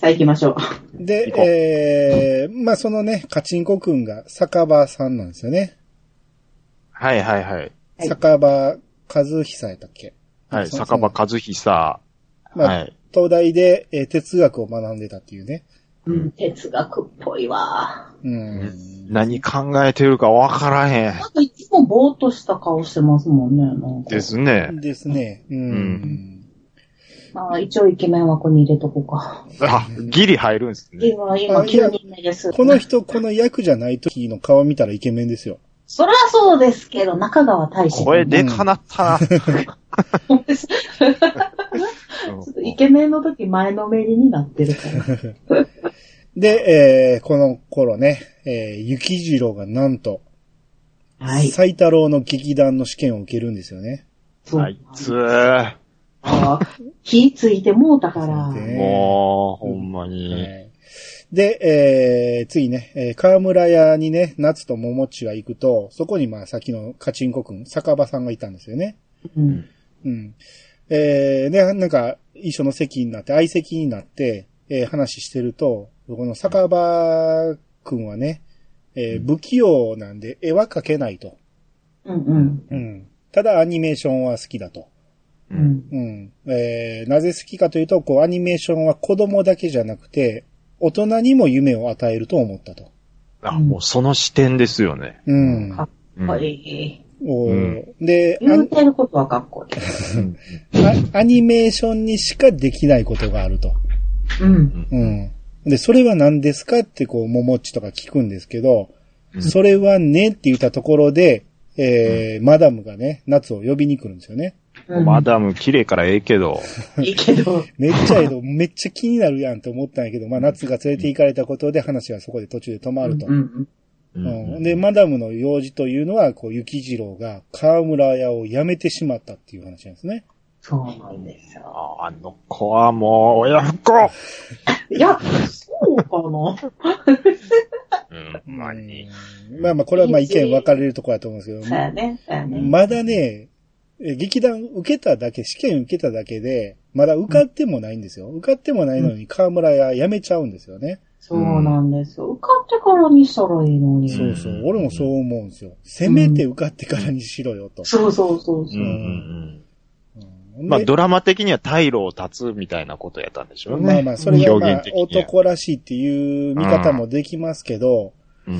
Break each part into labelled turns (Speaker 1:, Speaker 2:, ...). Speaker 1: はい、行きましょう。
Speaker 2: で
Speaker 3: 行こ、う
Speaker 2: えー、まあ、そのね、カチンコくんが酒場さんなんですよね。
Speaker 3: はいはいはい。
Speaker 1: はい
Speaker 2: 酒場和久やったっけ
Speaker 3: はい。
Speaker 2: そうそう
Speaker 3: 酒場和久。
Speaker 2: まあ、
Speaker 3: はい。
Speaker 2: 東大で、えー哲学を学んでたっていうね。
Speaker 1: うん、哲学っぽいわ。
Speaker 2: うん。
Speaker 3: 何考えてるかわからへん
Speaker 1: なんかいつもぼーっとした顔してますもんね、なんか
Speaker 3: ですね。
Speaker 2: ですね。うん。
Speaker 1: まあ、一応イケメン枠に入れとこうか。
Speaker 3: あ、ギリ入るんですね。
Speaker 1: 今、今、
Speaker 2: あいや
Speaker 1: 9人目です。
Speaker 2: この人、この役じゃない時の顔見たらイケメンですよ。
Speaker 1: そりゃそうですけど、中川大志。
Speaker 3: 声でか なった
Speaker 1: ち
Speaker 3: な。
Speaker 1: ょっとイケメンの時前のめりになってるから。
Speaker 2: で、えー、この頃ね、えー、雪次郎がなんと、
Speaker 1: はい。
Speaker 2: 斎太郎の劇団の試験を受けるんですよね。
Speaker 1: そう。
Speaker 3: あいつー、
Speaker 1: あー火ついてもうたから。
Speaker 2: そうね
Speaker 3: もう、ほんま
Speaker 2: は
Speaker 3: に。
Speaker 2: い。で、えー、次ね、えー、河村屋にね、夏と桃地が行くと、そこにまあさっきのカチンコくん、酒場さんがいたんですよね。
Speaker 1: うん。
Speaker 2: うん。えー、で、なんか、一緒の席になって、相席になって、えー、話してると、この酒場くんはね、えー、不器用なんで、絵は描けないと。
Speaker 1: うんうん。
Speaker 2: うん。ただ、アニメーションは好きだと。
Speaker 3: う
Speaker 1: うんん。
Speaker 2: うん。えー、なぜ好きかというと、こう、アニメーションは子供だけじゃなくて、大人にも夢を与えると思ったと。
Speaker 3: あ、もうその視点ですよね。
Speaker 2: うん。
Speaker 1: かっ
Speaker 3: うん
Speaker 1: こいい。
Speaker 2: おー
Speaker 3: うん
Speaker 2: で、
Speaker 1: 言うてることはかっこいい。
Speaker 3: うん
Speaker 2: アアニメーションにしかできないことがあると。
Speaker 1: うん。
Speaker 2: うん。で、それは何ですかってこう、ももっちとか聞くんですけど、
Speaker 3: うん
Speaker 2: それはねって言ったところで、えーマダムがね、夏を呼びに来るんですよね。
Speaker 1: うん
Speaker 3: マダム綺麗からええけど、
Speaker 1: いいけど。
Speaker 2: めっちゃ ええの、めっちゃ気になるやんと思ったんやけど、まあ夏が連れて行かれたことで話はそこで途中で止まると。
Speaker 1: うんうん
Speaker 2: うんで、マダムの用事というのは、こう、雪次郎が河村屋を辞めてしまったっていう話なんですね。
Speaker 1: そうなんですよ。
Speaker 3: あの子はもう親不孝
Speaker 1: いや、そうか
Speaker 3: うん、ほんまに。
Speaker 2: うんまあまあ、これはまあ意見分かれるところだと思うんですけ
Speaker 1: な。
Speaker 2: ど
Speaker 1: そう、やね。そうやね。
Speaker 2: まだね、え劇団受けただけ、試験受けただけで、まだ受かってもないんですよ。受かってもないのに河村屋辞めちゃうんですよね。
Speaker 1: そうなんですよ。受かってからにしたらいいのに。
Speaker 3: ん
Speaker 2: そうそう。俺もそう思うんですよ。せめて受かってからにしろよと。
Speaker 1: そうそうそうそうう。
Speaker 3: んうん
Speaker 2: う
Speaker 3: うんんまあ
Speaker 2: で
Speaker 3: ドラマ的には退路を断つみたいなことやったんでしょうね。
Speaker 2: まあまあ、それがま
Speaker 3: 表
Speaker 2: あ
Speaker 3: 現的には
Speaker 2: 男らしいっていう見方もできますけど、
Speaker 3: うん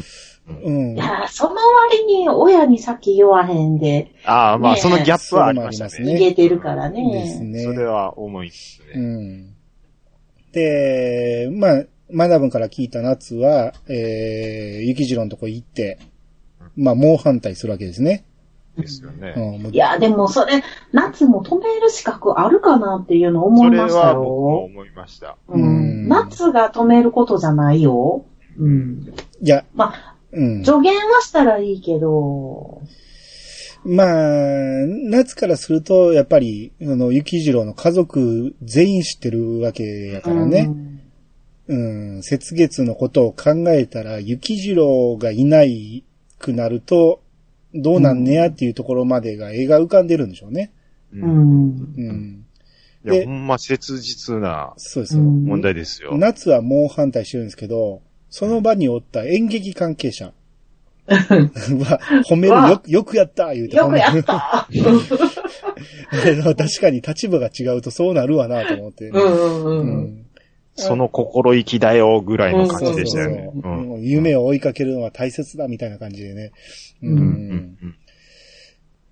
Speaker 2: うん
Speaker 1: い。やー、その割に親に先言わへんで、
Speaker 3: ああ、まあ
Speaker 1: ねえ
Speaker 3: そのギャップはありました
Speaker 2: それもあります
Speaker 3: ね。
Speaker 1: 逃げ
Speaker 2: ね
Speaker 1: てるから
Speaker 2: です
Speaker 1: ね。
Speaker 2: ね。
Speaker 3: それは重いです
Speaker 2: う
Speaker 3: ね。
Speaker 2: ん。で、まあ、マダムから聞いた夏は、えー、雪次郎のとこ行って、まあ、猛反対するわけですね。
Speaker 3: ですよ
Speaker 2: うん
Speaker 3: ね。、
Speaker 2: もう
Speaker 1: いや、でもそれ、夏も止める資格あるかなっていうの思
Speaker 3: そ
Speaker 1: い
Speaker 3: れ
Speaker 1: ました
Speaker 3: は僕も
Speaker 1: よ。
Speaker 3: 思いました。
Speaker 2: う
Speaker 1: うんん、夏が止めることじゃないよ。うん。
Speaker 2: いや、
Speaker 1: まあ、
Speaker 2: うん。
Speaker 1: 助言はしたらいいけど、
Speaker 2: まあ、夏からすると、やっぱり、あの、雪次郎の家族全員知ってるわけやから
Speaker 1: う
Speaker 2: ね。
Speaker 1: ん
Speaker 2: うん、雪月のことを考えたら、雪次郎がいないくなると、どうなんねやっていうところまでが絵が浮かんでるんでしょうね。
Speaker 3: う
Speaker 1: うんん。
Speaker 2: うん。
Speaker 3: いや、
Speaker 2: で
Speaker 3: ほんま切実な
Speaker 2: そうです
Speaker 1: う
Speaker 2: よ。
Speaker 1: ん
Speaker 3: 問題ですよ。
Speaker 2: 夏は猛反対してるんですけど、その場におった演劇関 係者は、褒めるよ、よくやった言うて
Speaker 1: よ
Speaker 2: 褒
Speaker 1: く
Speaker 2: め
Speaker 1: や
Speaker 2: る。
Speaker 1: った。
Speaker 2: あの確かに立場が違うとそうなるわなと思って。
Speaker 1: うんうんうん。
Speaker 3: その心意気だよぐらいの感じでしたよね
Speaker 2: そうそう。
Speaker 3: う
Speaker 2: そうんもう夢を追いかけるのは大切だみたいな感じでね。う
Speaker 1: うん
Speaker 2: ん。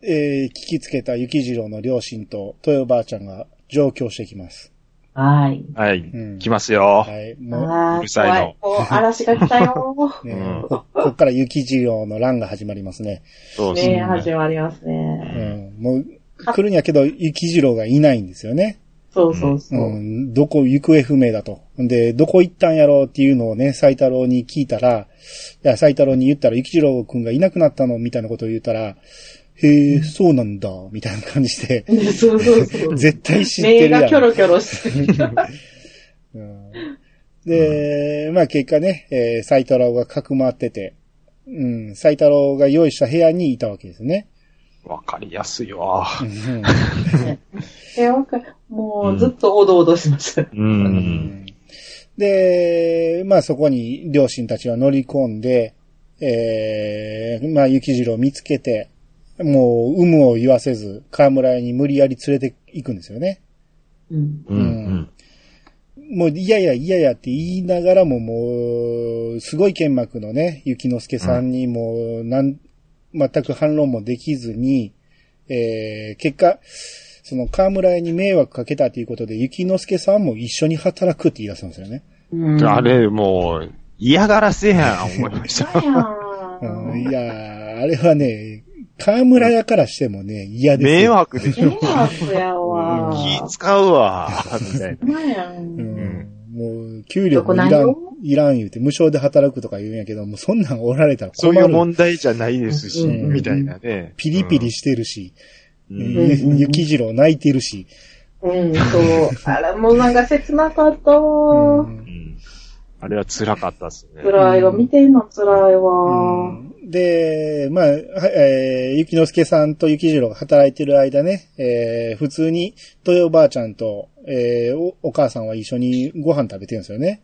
Speaker 2: えー聞きつけた雪次郎の両親と豊ばあちゃんが上京してきます。
Speaker 1: はい。
Speaker 3: はい
Speaker 2: うん、
Speaker 3: 来ますよ。
Speaker 2: はい。も
Speaker 1: ああ、
Speaker 3: うるさいの
Speaker 1: 怖もう嵐が来たよ。
Speaker 2: う、ね
Speaker 3: うん
Speaker 2: こ、こっから雪次郎の乱が始まりますね。
Speaker 3: そうです
Speaker 1: ねえ、
Speaker 3: ね。
Speaker 1: 始まります
Speaker 2: う
Speaker 1: ね。
Speaker 2: ん。もう、来るんやけど、雪次郎がいないんですよね。
Speaker 1: そうそうそうう。
Speaker 2: ん、どこ行方不明だと。で、どこ行ったんやろうっていうのをね、斎太郎に聞いたら、いや、斎太郎に言ったら、生次郎くんがいなくなったのみたいなことを言ったら、へえ、そうなんだ、みたいな感じで、
Speaker 1: そうそうそう。
Speaker 2: 絶対 知って
Speaker 1: 目
Speaker 2: るや
Speaker 1: がキョ
Speaker 2: ん。
Speaker 1: ロキョロしてる。
Speaker 2: うんで、まあ結果ね、えー、斎太郎がかくまってて、うん、斎太郎が用意した部屋にいたわけですね。
Speaker 3: わかりやすいわ。
Speaker 2: うん
Speaker 1: え、わかるもうずっとおどおどしました。
Speaker 3: うん。
Speaker 2: で、まあそこに両親たちは乗り込んで、えー、まあ雪次郎を見つけて、もう、有無を言わせず、河村屋に無理やり連れて行くんですよね。
Speaker 1: うん。
Speaker 3: うんうん。
Speaker 2: もう、いやいや、いやいやって言いながらも、もう、すごい剣幕のね、雪之助さんにもう、なん、全く反論もできずに、えー、結果、その、河村屋に迷惑かけたということで、雪之助さんも一緒に働くって言い出すんですよね。
Speaker 1: うん、
Speaker 3: あれ、もう、嫌がらせやん、思いまし
Speaker 1: 嫌
Speaker 3: た。
Speaker 1: や
Speaker 2: うん
Speaker 1: ん。
Speaker 2: いやー、あれはね、河村屋からしてもね、嫌ですよ。
Speaker 3: 迷惑でし
Speaker 1: 迷
Speaker 3: ょ。
Speaker 1: 惑やわ。
Speaker 3: 気使うわ、みたいな。
Speaker 1: まや。
Speaker 2: うんんもう、給料もいら
Speaker 1: どこなんんよ、
Speaker 2: いらん言うて、無償で働くとか言うんやけど、もうそんなんおられたら
Speaker 3: そ
Speaker 2: 困
Speaker 3: ういう
Speaker 2: る。
Speaker 3: 問題じゃないですし、
Speaker 2: うん
Speaker 3: みたいなね。
Speaker 2: ピリピリしてるし、
Speaker 3: う
Speaker 2: ね
Speaker 3: ん。
Speaker 1: んうん
Speaker 2: 雪次郎泣いてるし、
Speaker 1: うん、そう。あれもなんか切なかった
Speaker 2: う
Speaker 1: わ。
Speaker 3: うんんあれは辛かったですね。
Speaker 1: 辛いわ。見てんの辛いわ。
Speaker 2: で、まあ、はえー、雪之助さんと雪次郎が働いてる間ね、えー、普通に、豊おばあちゃんと、えーお、お母さんは一緒にご飯食べてるんです よね。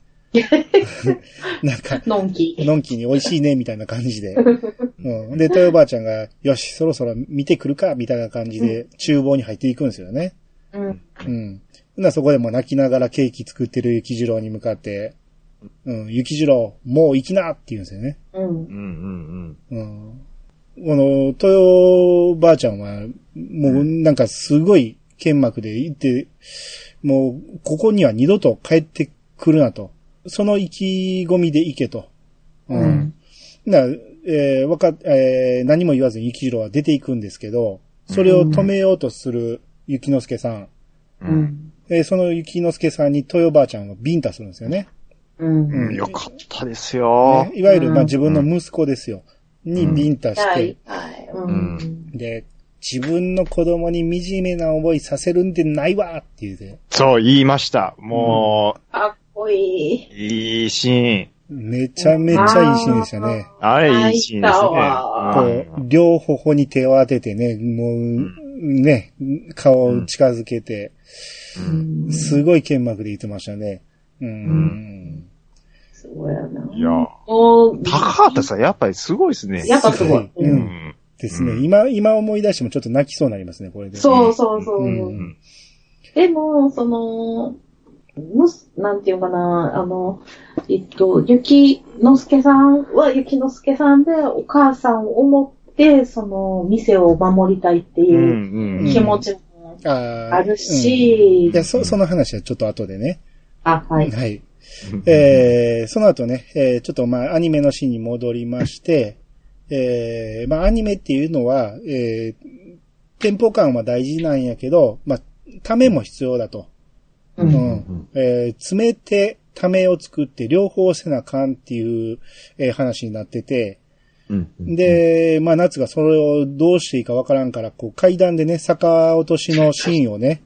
Speaker 2: なんか、
Speaker 1: のんき。
Speaker 2: のんきに美味しいね、みたいな感じで。うん。で、豊おばあちゃんが、よし、そろそろ見てくるか、みたいな感じで、厨房に入っていくんですよね。
Speaker 1: うん。
Speaker 2: うん。ほな、そこでも泣きながらケーキ作ってる雪次郎に向かって、うん、雪次郎、もう行きなって言うんですよね。
Speaker 1: うん
Speaker 3: う。ん
Speaker 2: う
Speaker 3: うん
Speaker 2: ん。この、豊ばあちゃんは、もうなんかすごい剣幕で行って、もう、ここには二度と帰ってくるなと。その意気込みで行けと。
Speaker 1: う。ん。
Speaker 2: な、えーわか、えー何も言わずに雪次郎は出ていくんですけど、それを止めようとする雪之助さん。
Speaker 3: うん。
Speaker 1: う
Speaker 3: うん
Speaker 1: ん。
Speaker 2: えーその雪之助さんに豊ばあちゃんはビンタするんですよね。
Speaker 1: うん。
Speaker 2: う
Speaker 3: うんん。よかったですよ
Speaker 2: ね。いわゆる、
Speaker 1: うん
Speaker 2: まあ、自分の息子ですよ。に
Speaker 3: うん
Speaker 2: ビンタし
Speaker 1: は
Speaker 2: て
Speaker 1: い、。はい。う。
Speaker 3: うん
Speaker 2: で、自分の子供に惨めな思いさせるんでないわっていうで、
Speaker 3: そう、言いました。も
Speaker 1: かっこいい。
Speaker 3: う、いいシーン。
Speaker 2: めちゃめちゃいいシーンでしたね。
Speaker 3: あれ、いいシーンで
Speaker 1: 入っ
Speaker 3: すね
Speaker 1: たわ
Speaker 2: こ
Speaker 1: あ
Speaker 2: う、両頬に手を当ててね、もう、ね、顔を近づけて、
Speaker 3: うんうん
Speaker 2: すごい剣幕で言ってましたね。うん。
Speaker 1: すごいよな。
Speaker 3: いや、
Speaker 1: もう、
Speaker 3: 高畑さん、やっぱりすごいですね。
Speaker 1: やっぱすごい。
Speaker 2: う
Speaker 1: うんん
Speaker 3: うん。
Speaker 2: ですね。
Speaker 3: うん
Speaker 2: 今、今思い出してもちょっと泣きそうになりますね、これで。
Speaker 1: そうそうそう。
Speaker 2: うん
Speaker 1: でも、その、のす、なんていうかな、あの、えっと、雪之助さんは雪之助さんで、お母さんを思って、その、店を守りたいって
Speaker 3: う。
Speaker 1: いうん
Speaker 3: うん。
Speaker 1: 気持ちも
Speaker 2: あ
Speaker 1: ある
Speaker 2: うん
Speaker 1: し、
Speaker 2: いや、そ、その話はちょっと後でね。
Speaker 1: あ、はい。
Speaker 2: はい。えー、その後ね、えー、ちょっとまあアニメのシーンに戻りまして、えー、まあアニメっていうのは、えー、テンポ感は大事なんやけど、まあ、ためも必要だと。
Speaker 1: う。
Speaker 2: うんん。えー、詰めて、ためを作って、両方せなあかんっていう、えー話になってて、
Speaker 3: うん、
Speaker 2: で、まあ、夏がそれをどうしていいかわからんから、こう、階段でね、坂落としのシーンをね、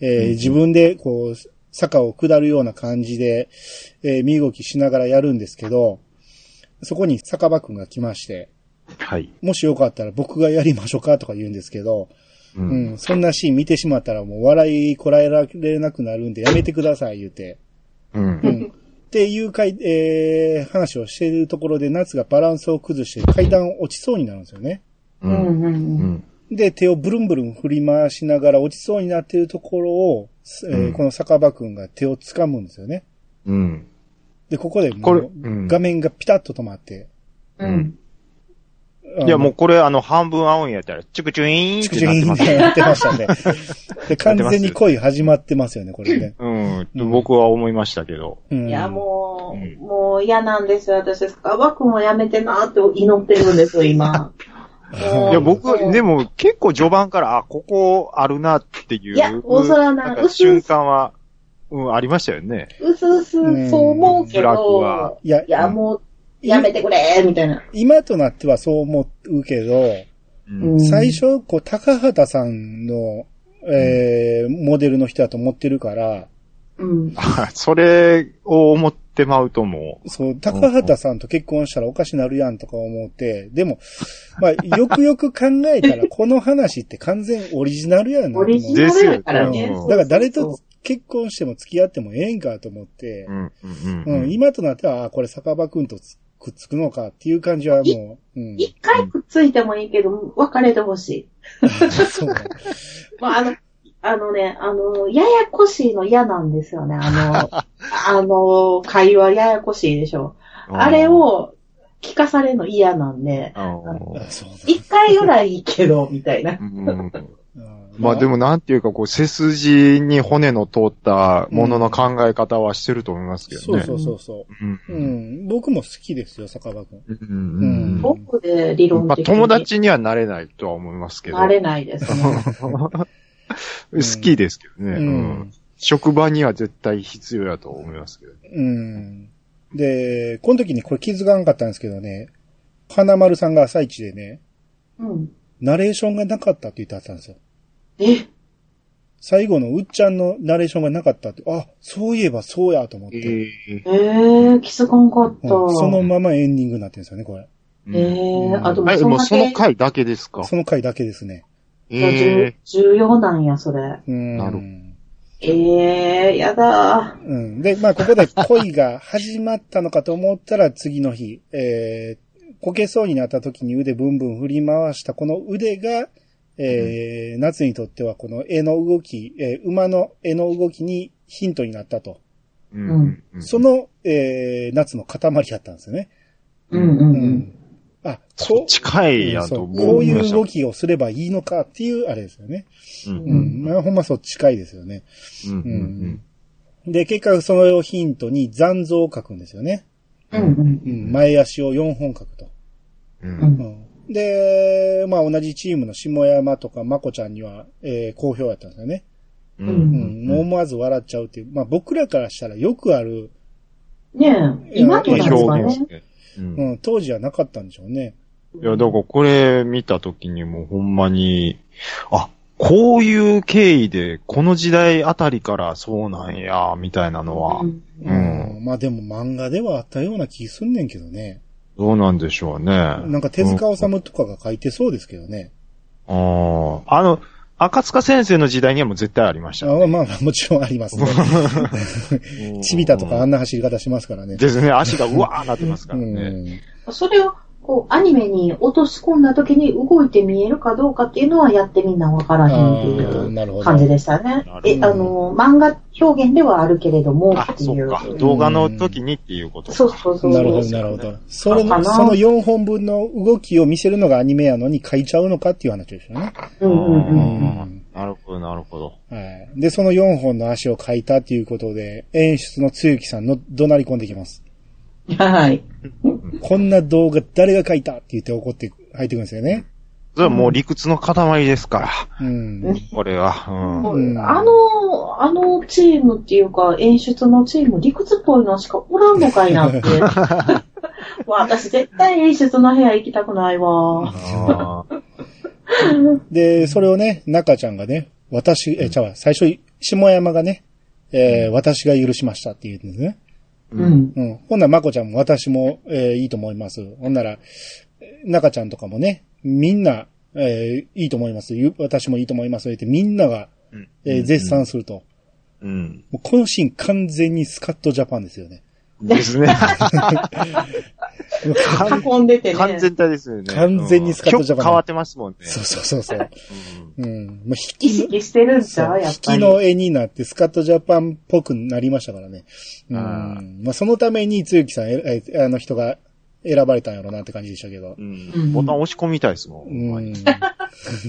Speaker 2: えー自分で、こう、坂を下るような感じで、えー身動きしながらやるんですけど、そこに酒場くんが来まして、
Speaker 3: はい。
Speaker 2: もしよかったら僕がやりましょうかとか言うんですけど、
Speaker 3: う。
Speaker 2: うんん、そんなシーン見てしまったらもう笑いこらえられなくなるんでやめてください言うて、
Speaker 3: うん
Speaker 2: う。ん。っていうかい、えー話をしているところで夏がバランスを崩して階段落ちそうになるんですよね。
Speaker 3: う。
Speaker 1: うんん。う。
Speaker 3: うんん。
Speaker 2: で、手をブルンブルン振り回しながら落ちそうになっているところを、えー
Speaker 3: うん
Speaker 2: この酒場くんが手を掴むんですよね。
Speaker 3: うん。
Speaker 2: で、ここでもう
Speaker 3: これうん
Speaker 2: 画面がピタッと止まって。
Speaker 1: うん。
Speaker 2: あの
Speaker 3: いや、もうこれ、あの、半分青いやったら、チクチュイーン
Speaker 2: チ
Speaker 3: っ
Speaker 2: ク
Speaker 3: て
Speaker 2: チク
Speaker 3: なっ
Speaker 2: イ
Speaker 3: て
Speaker 2: ン
Speaker 3: ま
Speaker 2: っ
Speaker 3: す。
Speaker 2: てなってました ね。で、完全に恋始まってますよね、これね。
Speaker 3: うん。僕は思いましたけど。
Speaker 2: うん
Speaker 1: いや、も
Speaker 3: うん
Speaker 1: う、もう嫌なんですよ、私。スカバくんもやめてなーって祈ってるんですよ、今。もう
Speaker 3: いや、僕
Speaker 1: も、う
Speaker 3: でも結構序盤から、あ、ここあるなっていう。
Speaker 1: いや大空な
Speaker 3: なんか
Speaker 1: うすう
Speaker 3: 瞬
Speaker 1: す
Speaker 3: 間は、うん、ありましたよね。
Speaker 1: うすうす、そう思うけ
Speaker 3: ブラックは
Speaker 1: ど、
Speaker 2: いや
Speaker 1: い、や、もう、やめてくれーみたいな。
Speaker 2: 今となってはそう思うけど、
Speaker 3: うん。
Speaker 2: 最初、こう、高畑さんの、えーモデルの人だと思ってるから、
Speaker 1: うん。
Speaker 3: あ それを思ってまうとも
Speaker 2: そう、高畑さんと結婚したらおかしなるやんとか思って、でも、まあ、よくよく考えたら、この話って完全オリジナルやなと
Speaker 1: オ
Speaker 2: 思う。
Speaker 1: リジナルやから
Speaker 3: です
Speaker 1: ね
Speaker 3: よ。
Speaker 2: だから誰と結婚しても付き合ってもええんかと思って
Speaker 3: う、ん、うん、
Speaker 2: うん、
Speaker 3: うん。
Speaker 2: 今となっては、あこれ酒場くんとつくっつくのかっていう感じはもう、うん。
Speaker 1: 一回くっついてもいいけど、別れてほしい。
Speaker 2: そうか。
Speaker 1: まあ、あの、あのね、あの、ややこしいの嫌なんですよね。 あの、あの、会話ややこしいでしょ。あれを聞かされるの嫌なんで、
Speaker 3: あー、
Speaker 2: あそうだ
Speaker 1: 一回ぐらいいいけど、みたいな。
Speaker 3: うん
Speaker 2: うん
Speaker 3: まあでもなんていうか、こう、背筋に骨の通ったものの考え方はしてると思いますけど
Speaker 2: そう
Speaker 3: ね。
Speaker 2: そうそうそ
Speaker 3: うん
Speaker 2: う。うん。僕も好きですよ、酒場くん。
Speaker 3: うんうん
Speaker 2: う
Speaker 1: 僕で理
Speaker 3: うん
Speaker 1: 論
Speaker 3: まあ
Speaker 1: 的に。
Speaker 3: 友達にはなれないとは思いますけど。
Speaker 1: なれないです。
Speaker 3: 好きですけどね。
Speaker 2: う
Speaker 3: うんん職場には絶対必要やと思いますけど。
Speaker 2: うん。で、この時にこれ気づかなかったんですけどね、花丸さんが朝一でね、
Speaker 1: うん。
Speaker 2: ナレーションがなかったって言ってあったんですよ。
Speaker 1: え、
Speaker 2: 最後のうっちゃんのナレーションがなかったって、あ、そういえばそうやと思って、
Speaker 1: えー、気づかんかった。
Speaker 2: うんそのままエンディングになってるんですよね、これ。
Speaker 1: えー、あ、で
Speaker 3: え、も
Speaker 1: も
Speaker 3: う
Speaker 1: そ
Speaker 3: そ
Speaker 1: んだ
Speaker 3: の
Speaker 1: け
Speaker 3: 回だけですか。
Speaker 2: その回だけですね。
Speaker 1: じゃあ
Speaker 3: え
Speaker 1: 重重要なんや、それ。
Speaker 2: うん。
Speaker 3: なるほ
Speaker 1: ええー、やだー。
Speaker 2: うん。で、まあ、ここで恋が始まったのかと思ったら 次の日、えー、こけそうになった時に腕ブンブン振り回したこの腕が、えー、夏にとってはこの絵の動き、えー馬の絵の動きにヒントになったと。
Speaker 3: ーうんうん
Speaker 2: その、えー、夏の塊やったんですよね。
Speaker 1: うんうん
Speaker 2: う
Speaker 1: うん。。
Speaker 2: あ、
Speaker 3: そっちかいや
Speaker 2: そ
Speaker 3: と
Speaker 2: う
Speaker 3: 僕
Speaker 2: こう
Speaker 3: 思い
Speaker 2: い
Speaker 3: ま
Speaker 2: う
Speaker 3: した。
Speaker 2: 動きをすればいいのかっていうあれですよね。
Speaker 3: うん
Speaker 2: う。
Speaker 1: うんん
Speaker 2: まあ、ほんまそっちかいですよね。
Speaker 3: うんうん
Speaker 2: で、結果それをヒントに残像を書くんですよね。
Speaker 1: うんうん。
Speaker 2: うん。前足を4本書くと。
Speaker 3: う
Speaker 1: うんん
Speaker 2: うん。で、まあ同じチームの下山とかまこちゃんには、えー好評やったんですよね。
Speaker 3: う
Speaker 2: うん。
Speaker 1: うん
Speaker 2: もう思わず笑っちゃうっていう。まあ僕らからしたらよくある、
Speaker 1: ねえ、今と
Speaker 2: いや
Speaker 1: なんですか
Speaker 3: 表現
Speaker 1: ね
Speaker 3: し。て。うん
Speaker 2: うん、当時はなかったんでしょうね。
Speaker 3: いや、だからこれ見たときにもうほんまに、あ、こういう経緯で、この時代あたりからそうなんや、みたいなのは
Speaker 1: う、ん
Speaker 3: うん
Speaker 2: まあでも漫画ではあったような気すんねんけどね。
Speaker 3: どうなんでしょうね。
Speaker 2: なんか手塚治虫とかが書いてそうですけどね。
Speaker 3: あーあの、赤塚先生の時代にはもう絶対ありました
Speaker 2: あ
Speaker 3: ね。
Speaker 2: まあまあもちろんありますね。ちびたとかあんな走り方しますからね。
Speaker 3: ですね、足がうわーなってますか
Speaker 2: う
Speaker 3: らね。
Speaker 2: ん。
Speaker 1: それを、こう、アニメに落とし込んだ時に動いて見えるかどうかっていうのはやってみんなわからへんってい
Speaker 2: あー
Speaker 1: う
Speaker 2: なるほど
Speaker 1: 感じでしたね
Speaker 3: なるほ。ど
Speaker 1: え、あの、漫画表現ではあるけれども、
Speaker 3: あ
Speaker 1: っ、て
Speaker 3: そ
Speaker 1: いうう。
Speaker 3: か。動画の時にっていうことか。
Speaker 1: そうそうそう。
Speaker 2: なるほど、なるほど。それ
Speaker 1: か
Speaker 2: の、
Speaker 1: な
Speaker 2: その4本分の動きを見せるのがアニメやのに書いちゃうのかっていう話ですよね。
Speaker 1: うんうんうん。
Speaker 2: うん
Speaker 3: あーなるほど、なるほど。
Speaker 2: はい。で、その4本の足を書いたっていうことで、演出のつゆきさんの怒鳴り込んできます。
Speaker 1: はい。
Speaker 2: こんな動画誰が書いたって言って怒って入ってくるんですよね。
Speaker 3: それはもう理屈の塊ですから、
Speaker 2: うん。
Speaker 1: うん
Speaker 3: これは。
Speaker 1: も
Speaker 3: うん
Speaker 1: う
Speaker 2: うん
Speaker 1: あの、あのチームっていうか、演出のチーム、理屈っぽいのしかおらんのかいな って。もう私絶対演出の部屋行きたくないわ。
Speaker 3: あー
Speaker 2: で、それをね、中ちゃんがね、私、え、ちゃうわ最初、下山がね、えー私が許しましたって言うんですね。
Speaker 1: う
Speaker 3: うん
Speaker 1: ん。
Speaker 2: うん。ほんなら、まこちゃんも私も、えーいいと思います。ほんなら、中ちゃんとかもね、みんな、えーいいと思います。ゆ私もいいと思います。ってみんなが、えー絶賛すると。
Speaker 3: うん。
Speaker 2: もうこのシーン完全にスカットジャパンですよね。
Speaker 3: です ね。完
Speaker 1: 囲んでてね。
Speaker 3: 完全体ですよね。
Speaker 2: 完全にスカッとジャパン
Speaker 3: 曲変わってますもんね。
Speaker 2: そうそうそうそう。
Speaker 3: うん
Speaker 2: うん。もう
Speaker 1: 意
Speaker 2: 引きの、
Speaker 1: 識してるんち
Speaker 2: そ
Speaker 1: ゃう
Speaker 2: う
Speaker 1: や
Speaker 2: 引
Speaker 1: っぱ
Speaker 2: き
Speaker 1: り。
Speaker 2: の絵になってスカットジャパンっぽくなりましたからね。う
Speaker 3: あー
Speaker 2: ん。まあ、そのために、つゆきさん、え、えあの人が選ばれたんやろうなって感じでしたけど
Speaker 3: う。。
Speaker 1: うんん
Speaker 3: ボタン押し込みたいですもん。
Speaker 2: うん。
Speaker 3: ほんまに
Speaker 2: ス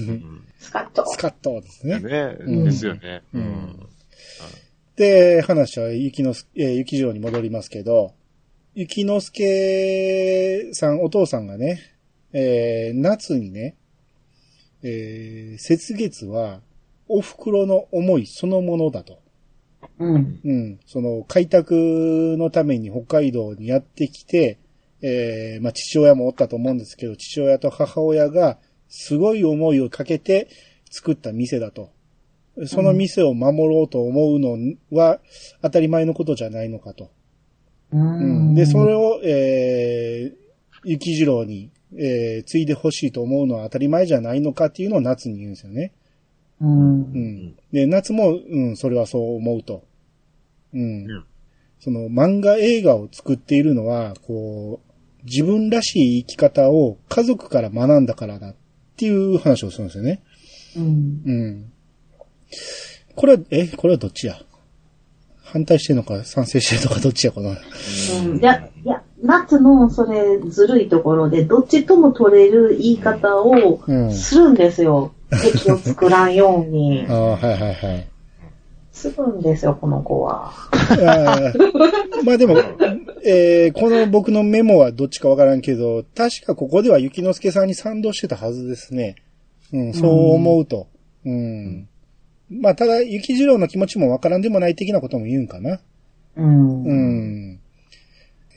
Speaker 3: うん
Speaker 1: スカッと。
Speaker 2: カットですね。
Speaker 3: ね
Speaker 2: うん
Speaker 3: ですよね。
Speaker 2: う
Speaker 3: うんん。
Speaker 2: で、話は雪のす、えー雪城に戻りますけど、雪之助さん、お父さんがね、えー夏にね、えー雪月は、お袋の思いそのものだと。
Speaker 1: うん。
Speaker 2: うん。その、開拓のために北海道にやってきて、えーまあ、父親もおったと思うんですけど、父親と母親が、すごい思いをかけて作った店だと。その店を守ろうと思うのは、当たり前のことじゃないのかと。
Speaker 1: う
Speaker 2: うん、で、それを、えー、雪次郎に、えー継いでほしいと思うのは当たり前じゃないのかっていうのを夏に言うんですよね。
Speaker 4: う。
Speaker 2: うんん。で、夏も、うん、それはそう思うと。うん。
Speaker 3: うん
Speaker 2: その漫画映画を作っているのは、こう、自分らしい生き方を家族から学んだからだっていう話をするんですよね。
Speaker 4: うん。
Speaker 2: うん。これは、え、これはどっちや反対してるのか賛成してるのかどっちやこの。
Speaker 1: うん、いや、いや、夏のそれずるいところで、どっちとも取れる言い方を
Speaker 2: うん。
Speaker 1: するんですよ。敵を作らんように
Speaker 2: あ。あ、はいはいはい。
Speaker 1: するんですよ、この子は。
Speaker 2: あーまあでも、えーこの僕のメモはどっちかわからんけど、確かここではゆきのすけさんに賛同してたはずですね。うん、そう思うと。うん。まあただ、ゆきじろうの気持ちもわからんでもない的なことも言うんかな。
Speaker 4: うん。
Speaker 2: う。ん。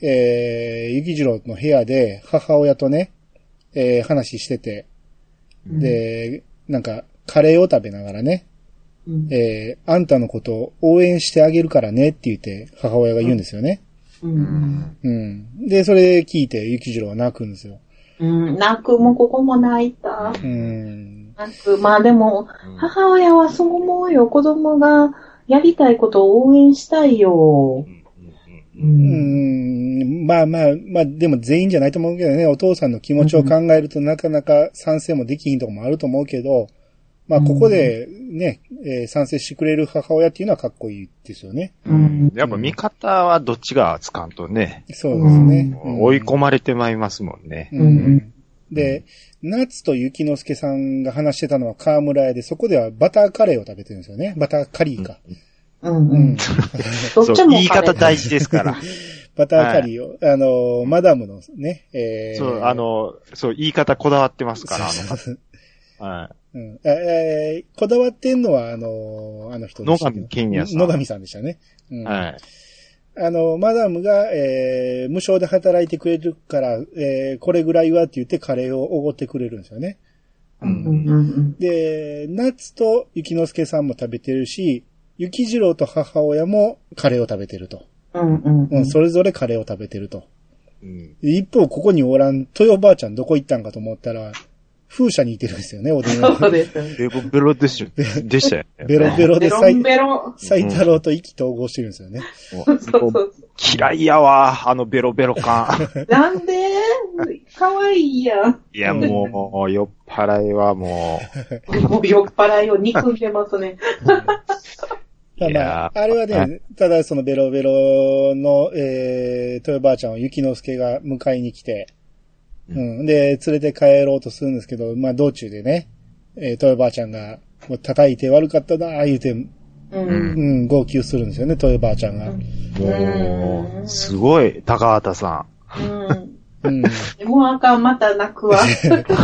Speaker 2: えー、ゆきじろうの部屋で母親とね、えー話してて、で、なんか、カレーを食べながらね、
Speaker 1: うん。
Speaker 2: えー、あんたのことを応援してあげるからねって言って母親が言うんですよね。
Speaker 1: うん。
Speaker 2: うん。で、それ聞いて、ゆきじろうは泣くんですよ。
Speaker 1: うん。泣くもここも泣いた。
Speaker 2: うん。
Speaker 1: 泣く。まあでも、
Speaker 3: うん
Speaker 1: 母親はそう思うよ。子供がやりたいことを応援したいよ。
Speaker 4: う。
Speaker 2: うんん。まあまあ、まあ、でも全員じゃないと思うけどね、お父さんの気持ちを考えるとなかなか賛成もできひんとこもあると思うけど、まあ、ここでね、えー賛成してくれる母親っていうのはかっこいいですよね。
Speaker 4: うん。
Speaker 3: やっぱ味方はどっちがつかんとね、
Speaker 2: そうですね。うん
Speaker 3: 追い込まれてまいりますもんね。
Speaker 2: うん
Speaker 4: うん
Speaker 2: で、夏とゆきのすけさんが話してたのは河村屋で、そこではバターカレーを食べてるんですよね。バターカリーか。
Speaker 1: うん。う
Speaker 2: うん
Speaker 1: ん。どっ
Speaker 3: そう
Speaker 1: ちも
Speaker 3: 言い方大事ですから。
Speaker 2: バターカリーを、あの、マダムのね、えー、
Speaker 3: そう、あの、そう、言い方こだわってますから、
Speaker 2: そうそうそう
Speaker 3: あの、はい。
Speaker 2: うんええーこだわってんのは、あのーあの人
Speaker 3: 野上健也さん
Speaker 2: 野上さんでしたね。うん
Speaker 3: はい。
Speaker 2: あの、マダムが、えー無償で働いてくれるから、えーこれぐらいはって言ってカレーをおごってくれるんですよね。
Speaker 1: うんうん
Speaker 2: で、夏と雪之助さんも食べてるし、雪次郎と母親もカレーを食べてると。
Speaker 1: うんうん
Speaker 2: うん、それぞれカレーを食べてると。
Speaker 3: うん
Speaker 2: 一方、ここにおらん、豊ばあちゃんどこ行ったんかと思ったら、風車にいてるんですよね、おでん
Speaker 1: そ
Speaker 2: が
Speaker 1: うですね。
Speaker 3: ベロベロでしょ、でしたよね。
Speaker 2: ベロベロ
Speaker 1: ベ
Speaker 2: で
Speaker 1: ロ
Speaker 2: 最
Speaker 1: ンベロン。
Speaker 2: 斎太郎と意気統合してるんですよね。
Speaker 1: そうそうそう。
Speaker 3: 嫌いやわ、あのベロベロ感。
Speaker 1: なんでかわいいやん。
Speaker 3: いや、もう、もう酔っ払いはも
Speaker 1: もう酔っ払いを憎んでますね。
Speaker 2: まあ
Speaker 3: い
Speaker 2: ま
Speaker 3: や
Speaker 2: あ、
Speaker 3: ー
Speaker 2: あれはね、ただそのベロベロの、えー、豊ばあちゃんを雪之助が迎えに来て、うん、で、連れて帰ろうとするんですけど、まあ道中でね、えー、豊ばあちゃんが、もう叩いて悪かったな、言うて、
Speaker 1: う。
Speaker 3: う、う
Speaker 2: う
Speaker 3: ん。
Speaker 2: んん、号泣するんですよね、豊ばあちゃんが。
Speaker 3: もう、すごい、高畑さ
Speaker 1: うん。
Speaker 2: うん。
Speaker 1: もうあかん、また泣くわ。
Speaker 2: なんか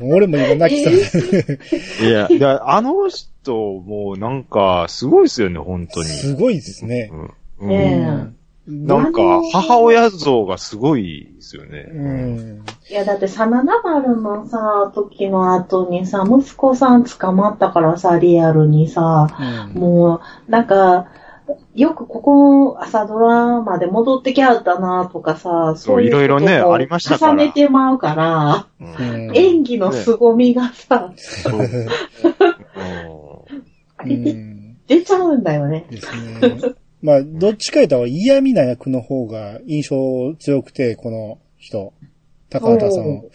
Speaker 2: 俺も今泣きそう。
Speaker 3: ん。いや、いやあの人、もうなんか、すごいですよね、本当に。
Speaker 2: すごいですね。
Speaker 3: うん
Speaker 1: ね
Speaker 3: なんか、母親像がすごいですよね。
Speaker 2: うん。
Speaker 1: え。いや、だって、真田丸のさ、時の後にさ、息子さん捕まったからさ、リアルにさ、
Speaker 2: うん。
Speaker 1: もう、なんか、よくここ、朝ドラまで戻ってきゃったなとかさ、そういう
Speaker 3: いろいろね
Speaker 1: ことを
Speaker 3: ありましたから
Speaker 1: 重ねてまうから、
Speaker 3: うん
Speaker 2: うん
Speaker 1: 演技の凄みがさ、
Speaker 3: そううん
Speaker 2: うん
Speaker 1: 出ちゃうんだよね。
Speaker 2: ですね。 まあ、どっちか言ったら嫌味な役の方が印象強くて、この人、高畑さんは
Speaker 1: お
Speaker 2: こ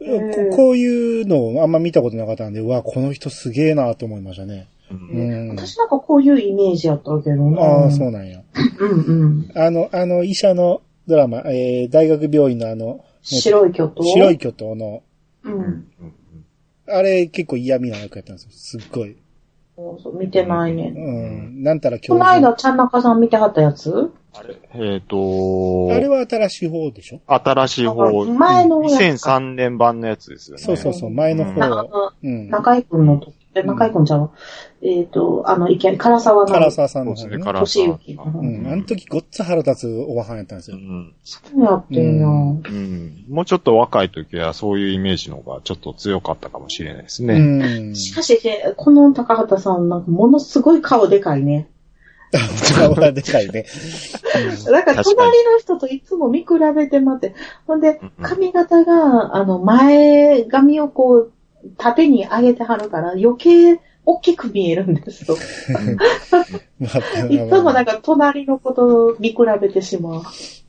Speaker 1: うん
Speaker 2: こういうのをあんま見たことなかったんで、うわ、この人すげえなと思いましたね。
Speaker 3: う
Speaker 2: うんん。
Speaker 1: 私なんかこういうイメージやったけどね。
Speaker 2: ああ、そうなんや。
Speaker 1: うんうん。
Speaker 2: あの、あの、医者のドラマ、えー、大学病院のあの、
Speaker 1: 白い巨頭。
Speaker 2: 白い巨頭の、
Speaker 1: うん。
Speaker 2: あれ結構嫌味な役やったんですよ。すっごい。
Speaker 1: そうそう見てないね。
Speaker 2: うん。なんたら
Speaker 1: こ
Speaker 2: 教
Speaker 1: の間、
Speaker 2: 授。
Speaker 1: ちゃんなかさん見てはったやつ
Speaker 3: えっ
Speaker 2: あれ
Speaker 3: と、
Speaker 2: は新しい方でしょ
Speaker 3: 新しい方、
Speaker 1: 前のやつか。
Speaker 3: 2003年版のやつですよね。
Speaker 2: そうそうそう、前の方。
Speaker 1: な
Speaker 2: うん。
Speaker 1: 中井くんのと、え、中井くんちゃうわえっと、あの、意見、唐沢の。
Speaker 2: 唐沢さん
Speaker 3: そ
Speaker 2: の
Speaker 3: うです
Speaker 2: 方
Speaker 3: ね、
Speaker 2: ね。
Speaker 3: カラ
Speaker 1: 年
Speaker 3: ー
Speaker 1: 行
Speaker 3: さん。
Speaker 2: う
Speaker 1: うん
Speaker 2: ん、あの時ごっつ腹立つおばはんやったんです
Speaker 3: う
Speaker 2: よ。
Speaker 3: ん
Speaker 1: そうやってんやん。
Speaker 3: うんもうちょっと若い時はそういうイメージの方がちょっと強かったかもしれないです
Speaker 2: う
Speaker 3: ね。
Speaker 2: ん。
Speaker 1: しかし、この高畑さん、なんかものすごい顔でかいね。
Speaker 2: 顔がでかいね。
Speaker 1: だから
Speaker 3: 確かに
Speaker 1: 隣の人といつも見比べて待って。ほんで
Speaker 3: うん、うん
Speaker 1: 髪型が、あの、前髪をこう、縦に上げてはるから、余計大きく見えるんですよ。
Speaker 2: まあ
Speaker 1: いつもなんか隣のことを見比べてしまう。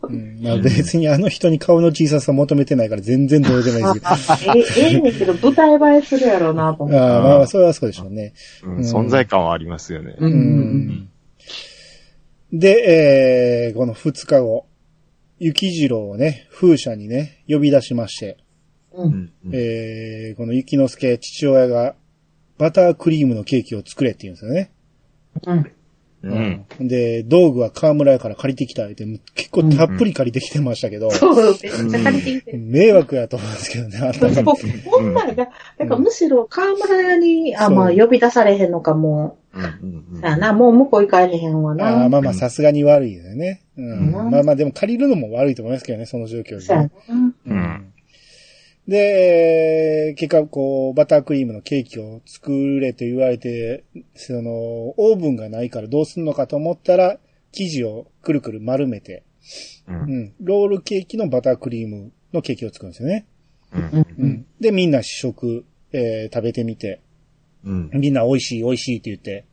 Speaker 2: うんまあ別にあの人に顔の小ささ求めてないから全然どうでもいいですけど。あ
Speaker 1: え、ええねんけど、舞台映えするやろうなと思
Speaker 2: あ
Speaker 1: って。
Speaker 2: まあ、それはそうでしょうね。
Speaker 3: うん存在感はありますよね。
Speaker 4: うん
Speaker 2: うんで、えー、この二日後、雪次郎をね、風車にね、呼び出しまして、
Speaker 1: う。
Speaker 3: うんんうん
Speaker 2: えー、この雪之助父親が、バタークリームのケーキを作れって言うんですよね。
Speaker 4: うん。
Speaker 3: うん。
Speaker 2: で、道具は河村屋から借りてきたって、結構たっぷり借りてきてましたけど、
Speaker 1: そう、めっちゃ借りてきてる。
Speaker 2: 迷惑やと思うんですけどね、あんたが。
Speaker 1: 本来が、なんかむしろ河村屋に、あ、まあ
Speaker 2: そう
Speaker 1: 呼び出されへんのかも
Speaker 3: うんうん
Speaker 1: う、だな、もう向こう行かれへんわ
Speaker 2: あ
Speaker 1: な。
Speaker 2: ーまあまあ、さすがに悪いですよね。うん。
Speaker 1: うん
Speaker 2: まあまあ、でも借りるのも悪いと思いますけどね、その状況で、
Speaker 1: そうや
Speaker 2: ね。
Speaker 1: な。
Speaker 3: うん
Speaker 2: うんで、えー結果、こう、バタークリームのケーキを作れと言われて、その、オーブンがないからどうすんのかと思ったら、生地をくるくる丸めて、
Speaker 3: う
Speaker 2: うんん。ロールケーキのバタークリームのケーキを作るんですよね。
Speaker 3: うん
Speaker 4: うん。
Speaker 2: で、みんな試食、えー食べてみて、
Speaker 3: うん
Speaker 2: みんな美味しい美味しいって言って、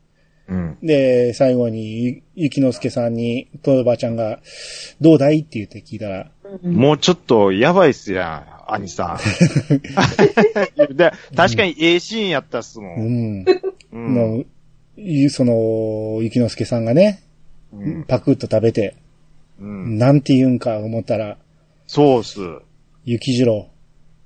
Speaker 3: うん
Speaker 2: で、最後に、ゆ雪之助さんに、トヨばちゃんが、どうだいって言って聞いたら、
Speaker 1: うん
Speaker 3: もうちょっとやばいっすやん、兄さん。で、確かにええシーンやったっすも。
Speaker 2: うんん。
Speaker 3: うん
Speaker 2: のゆその、雪之助さんがね、
Speaker 3: うん
Speaker 2: パクッと食べて、
Speaker 3: うん
Speaker 2: なんて言うんか思ったら、
Speaker 3: そうっす。
Speaker 2: 雪次郎、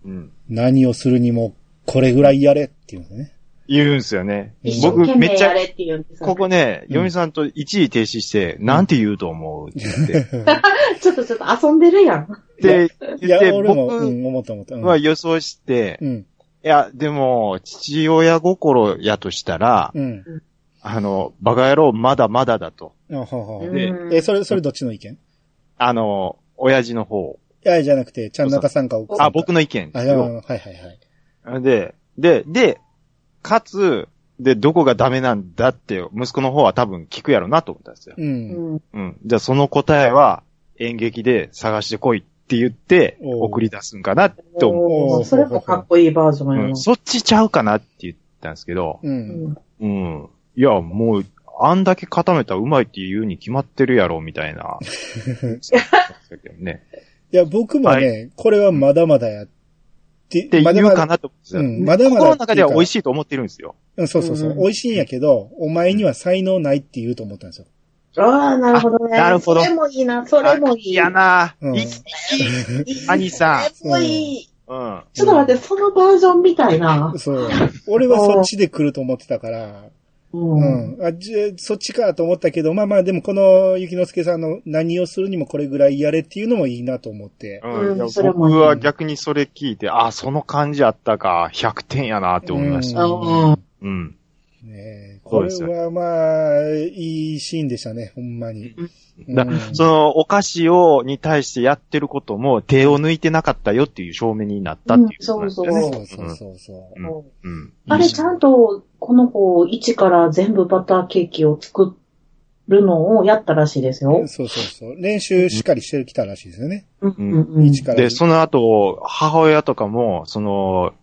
Speaker 3: うん
Speaker 2: 何をするにも、これぐらいやれっていうのね。
Speaker 3: 言うんすよね
Speaker 2: 一。生
Speaker 3: 僕
Speaker 1: 懸命
Speaker 3: めっちゃ
Speaker 1: や、れって言うんですよ
Speaker 3: ここね、
Speaker 2: うん
Speaker 3: 嫁さんと一時停止して、なんて言うと思うって言って。
Speaker 1: ちょっとちょっと遊んでるやん。
Speaker 3: で、
Speaker 2: い
Speaker 3: 言
Speaker 2: や
Speaker 3: っ、て、
Speaker 2: 俺も、う
Speaker 3: 僕
Speaker 2: ん、思った思った。うん
Speaker 3: は予想して、
Speaker 2: うん。
Speaker 3: いや、でも、父親心やとしたら、
Speaker 2: うん。
Speaker 3: あの、バカ野郎まだまだだと。
Speaker 2: あはあはあ
Speaker 3: で
Speaker 1: うん
Speaker 2: え、それ、それどっちの意見い
Speaker 3: あの、親父の方。
Speaker 2: や、じゃなくて、ちゃん中さんか奥さんか。
Speaker 3: あ、僕の意見で
Speaker 2: あ、
Speaker 3: す
Speaker 2: いや
Speaker 3: よ。
Speaker 2: はいはいはい。
Speaker 3: で、で、で、かつ、で、どこがダメなんだって、息子の方は多分聞くやろうなと思ったんですよ。
Speaker 2: う。
Speaker 1: うんん。
Speaker 3: うん。じゃあその答えは演劇で探してこいって言って、
Speaker 2: おう
Speaker 3: 送り出すんかなって思う。
Speaker 1: お
Speaker 2: おー
Speaker 1: ーそれもかっこいいバージョンや
Speaker 3: う、。
Speaker 1: なん
Speaker 3: そっちちゃうかなって言ったんですけど、
Speaker 2: う。
Speaker 1: うんん
Speaker 3: うん。いや、もう、あんだけ固めたらうまいって言うに決まってるやろ、みたい な。ね、
Speaker 2: いや、僕もね、
Speaker 3: は
Speaker 2: これはまだまだやって、
Speaker 3: って
Speaker 2: まだ
Speaker 3: 言う
Speaker 2: ま
Speaker 3: か
Speaker 2: だ、
Speaker 3: なと思ってた、
Speaker 2: うんまだまだ
Speaker 3: 心の中では美味しいと思ってるんですよ。
Speaker 2: うんそうそうそう、
Speaker 1: うん
Speaker 2: 美味しいんやけど、お前には才能ないって言うと思ったんですよ。
Speaker 1: ああ、なるほどね。
Speaker 3: あなるほど
Speaker 1: それもいいな、それもいい。
Speaker 3: やな
Speaker 2: うん
Speaker 3: いい
Speaker 1: いい
Speaker 3: 兄さん
Speaker 1: それもいい。
Speaker 3: うん。
Speaker 1: ちょっと待って、そのバージョンみたいな。
Speaker 2: そう。俺はそっちで来ると思ってたから、
Speaker 1: う。
Speaker 2: うんん。あ、じゃ、そっちかと思ったけど、まあまあ、でもこの、ゆきのすけさんの何をするにもこれぐらいやれっていうのもいいなと思って。
Speaker 3: うんいや
Speaker 1: うんそれも
Speaker 3: 僕は逆にそれ聞いて、あ、その感じあったか、100点やなって思いました。
Speaker 1: うん
Speaker 3: うん。
Speaker 2: ねえ
Speaker 3: そ
Speaker 2: こ
Speaker 3: う
Speaker 2: れ
Speaker 3: ですよ
Speaker 2: はまあ、いいシーンでしたね、ほんまに。
Speaker 3: だ
Speaker 2: うん
Speaker 3: その、お菓子を、に対してやってることも、手を抜いてなかったよっていう証明になったっていうことなんですよね、
Speaker 1: ん
Speaker 2: そうそうそうそう
Speaker 3: うん。
Speaker 1: あれ、ちゃんと、この子、一から全部バターケーキを作るのをやったらしいですよ
Speaker 2: う。。そうそうそう。練習しっかりしてきたらしいですよね。
Speaker 1: うん
Speaker 3: うん
Speaker 1: うんうん
Speaker 2: 一から。
Speaker 3: で、その後、母親とかも、その、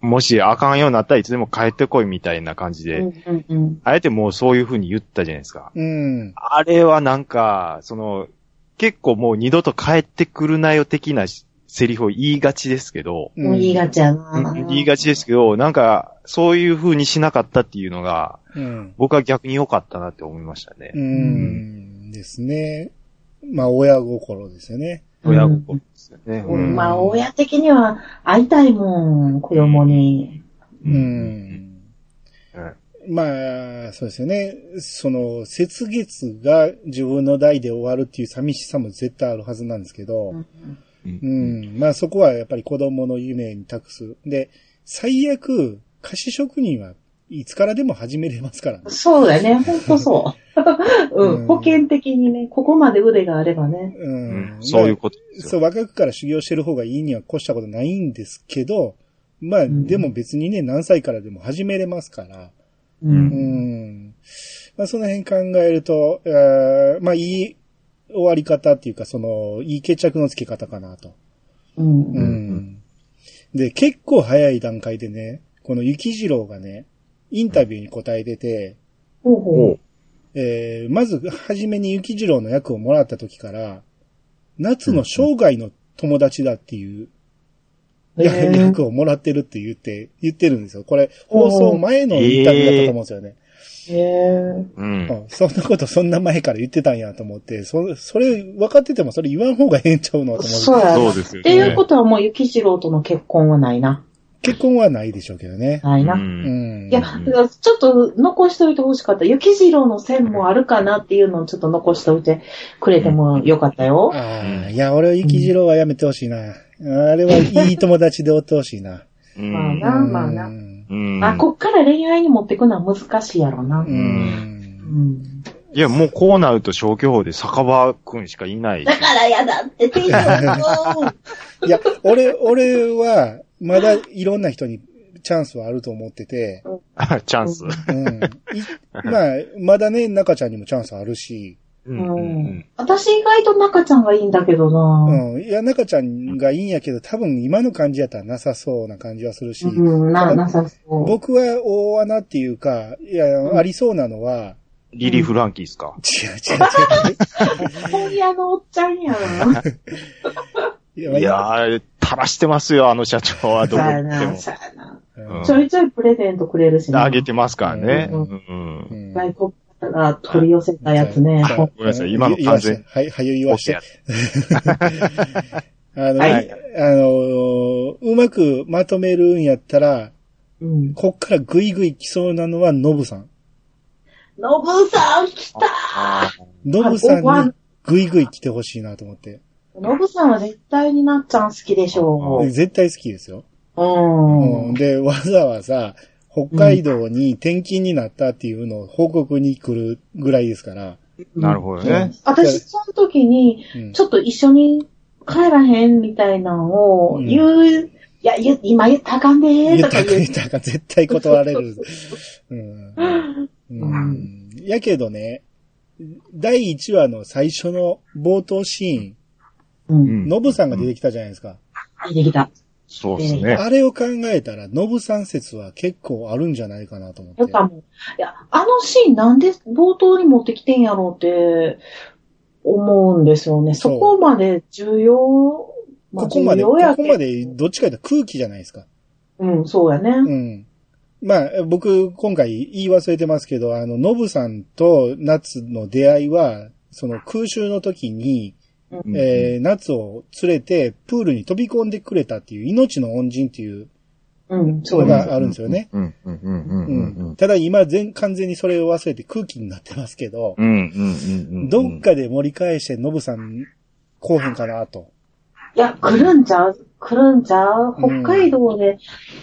Speaker 3: もしあかんようになったらいつでも帰ってこいみたいな感じで、
Speaker 1: うんうん
Speaker 3: あえてもうそういう風に言ったじゃないですか。
Speaker 2: うん。
Speaker 3: あれはなんか、その、結構もう二度と帰ってくるなよ的なしセリフを言いがちですけど、
Speaker 1: うん。もう言いがちやな。
Speaker 3: 言いがちですけど、なんか、そういう風にしなかったっていうのが、
Speaker 2: うん。
Speaker 3: 僕は逆に良かったなって思いましたね。
Speaker 2: うん。ですね。まあ、親心ですよね。
Speaker 1: うん
Speaker 3: 親心ですよね。
Speaker 1: う
Speaker 2: うんん
Speaker 1: まあ、親的には会いたいもん、子供に。
Speaker 2: う。ん。
Speaker 3: うん
Speaker 2: まあ、そうですよね。その、雪月が自分の代で終わるっていう寂しさも絶対あるはずなんですけど、う。ん。まあ、そこはやっぱり子供の夢に託す。で、最悪、菓子職人はいつからでも始めれますからね。
Speaker 1: そうだよね、ほんとそう。
Speaker 2: う
Speaker 1: うんん。保険的にね、ここまで腕があればね。
Speaker 2: う
Speaker 3: うんん。そういう
Speaker 2: ま
Speaker 3: ことで
Speaker 2: あ
Speaker 3: す
Speaker 2: そ
Speaker 3: よ。
Speaker 2: う、若くから修行してる方がいいには越したことないんですけど、まあ、
Speaker 1: ん
Speaker 2: でも別にね、何歳からでも始めれますから、
Speaker 1: う。
Speaker 2: うんん。まあ、その辺考えると、あーまあ、いい終わり方っていうか、その、いい決着のつけ方かなと。
Speaker 1: うん
Speaker 2: うん。で、結構早い段階でね、この雪次郎がね、インタビューに答えてて、
Speaker 1: ほうほう。
Speaker 3: う。
Speaker 2: えー、まず、はじめに雪次郎の役をもらった時から、夏の生涯の友達だっていう、
Speaker 4: えー
Speaker 2: 役をもらってるって言って、言ってるんですよ。これ、放送前のインタビューだったと思うんですよね。
Speaker 4: え
Speaker 3: うん。
Speaker 2: うんそんなことそんな前から言ってたんやと思って、そ、それ分かっててもそれ言わん方がええんちゃうのと
Speaker 1: そう
Speaker 2: 思っ
Speaker 1: や
Speaker 2: て。
Speaker 3: そ
Speaker 1: な。
Speaker 3: う
Speaker 1: っ
Speaker 3: ですよ
Speaker 1: て
Speaker 3: ね。。
Speaker 1: いうことはもう、ゆきしろうとの結婚はないな。
Speaker 2: 結婚はないでしょうけどね。
Speaker 1: ないうな。
Speaker 2: うんん。
Speaker 1: いや、だからちょっと残しておいてほしかった。ゆきしろうの線もあるかなっていうのをちょっと残しておいてくれてもよかったよ。
Speaker 2: あ
Speaker 3: う
Speaker 2: あ、いや、俺は雪次郎はやめてほしいな。あれはいい友達でおってほしいな。
Speaker 3: うん
Speaker 1: まあなまあな
Speaker 2: うん。
Speaker 3: うん
Speaker 1: あ、こっから恋愛に持っていくのは難しいやろな。
Speaker 2: う。
Speaker 4: うんん。
Speaker 3: いや、もうこうなると消去法で酒場くんしかいな い。
Speaker 1: だからやだって、テンションもう
Speaker 2: いや、俺、俺は、まだいろんな人にチャンスはあると思ってて、
Speaker 3: チャンス。
Speaker 2: うん。いまあ、まだね、中ちゃんにもチャンスあるし、
Speaker 3: うん
Speaker 1: ん
Speaker 3: うん
Speaker 1: 私意外と中ちゃんがいいんだけどな。
Speaker 2: うん。いや、中ちゃんがいいんやけど、多分今の感じやったらなさそうな感じはするし、
Speaker 1: うん、な、なさそう。
Speaker 2: 僕は大穴っていうか、いや、ありそうなのは、
Speaker 3: リリー・フランキーっすか
Speaker 2: 違う違
Speaker 1: 本屋のおっちゃんやろ。
Speaker 2: う違う。
Speaker 3: いやー、垂らしてますよ、あの社長はど
Speaker 1: そう
Speaker 3: こ
Speaker 1: や
Speaker 3: 行
Speaker 1: な、
Speaker 3: っ
Speaker 1: そうやな。
Speaker 2: うん
Speaker 1: ちょいちょいプレゼントくれるして
Speaker 3: も。
Speaker 1: な。
Speaker 3: あげてますからね。
Speaker 1: うん
Speaker 3: うん
Speaker 2: うん
Speaker 1: 外国から取り寄せたやつね。
Speaker 2: はい
Speaker 3: ごめんなさい今の完
Speaker 2: 言
Speaker 3: 全に
Speaker 2: わしてはい、はい、言わして。あの、
Speaker 1: はい
Speaker 2: あのーうまくまとめるんやったら、
Speaker 1: うん。
Speaker 2: こっからぐいぐい来そうなのはノブさん。
Speaker 1: ノブさん来た
Speaker 3: あー
Speaker 2: ノブさん
Speaker 1: あご飯
Speaker 2: にぐいぐい来てほしいなと思って。
Speaker 1: ノブさんは絶対になっちゃん好きでしょう。
Speaker 2: 絶対好きですよ。
Speaker 1: うん。
Speaker 2: うんで、わざわざ北海道に転勤になったっていうのを報告に来るぐらいですから。
Speaker 3: なるほどね。
Speaker 1: 私、その時に、
Speaker 2: うん
Speaker 1: ちょっと一緒に帰らへんみたいなのを言う、いや、言う今言ったらあかんでー
Speaker 2: 言
Speaker 1: と
Speaker 2: った
Speaker 1: か
Speaker 2: か
Speaker 1: 言う
Speaker 2: 言。ったか絶対断られる。うんうんやけどね、第1話の最初の冒頭シ
Speaker 1: う。
Speaker 3: うん
Speaker 2: ーン、
Speaker 3: ん
Speaker 2: ノブさんが出てきたじゃないですか。
Speaker 1: 出てきた。
Speaker 3: そうですね。
Speaker 2: あれを考えたら、ノブさん説は結構あるんじゃないかなと思って。
Speaker 1: よかも。いや、あのシーンなんで冒頭に持ってきてんやろうって思うんですよね。
Speaker 2: そ
Speaker 1: そうこまで重要、まあ
Speaker 2: ここまで、
Speaker 1: 重
Speaker 2: こ
Speaker 1: 要やけ
Speaker 2: こ
Speaker 1: ど
Speaker 2: まで、どっちかというと空気じゃないですか。
Speaker 1: うん、そうやね。
Speaker 2: うん。まあ、僕、今回言い忘れてますけど、あの、ノブさんと夏の出会いは、その空襲の時に、
Speaker 3: うん
Speaker 2: えー、夏を連れて、プールに飛び込んでくれたっていう、命の恩人っていう
Speaker 1: うん、そう
Speaker 2: の
Speaker 1: やね。
Speaker 2: があるんですよね。
Speaker 3: うんうんうんう
Speaker 2: うん
Speaker 3: うんうん
Speaker 2: ん。ただ今全、完全にそれを忘れて空気になってますけど、
Speaker 3: うんうんうんうん。
Speaker 2: どっかで盛り返して、ノブさん、こうへんかなと。
Speaker 1: いや、来るんちゃう来るんちゃう
Speaker 2: うん
Speaker 1: 北海道で、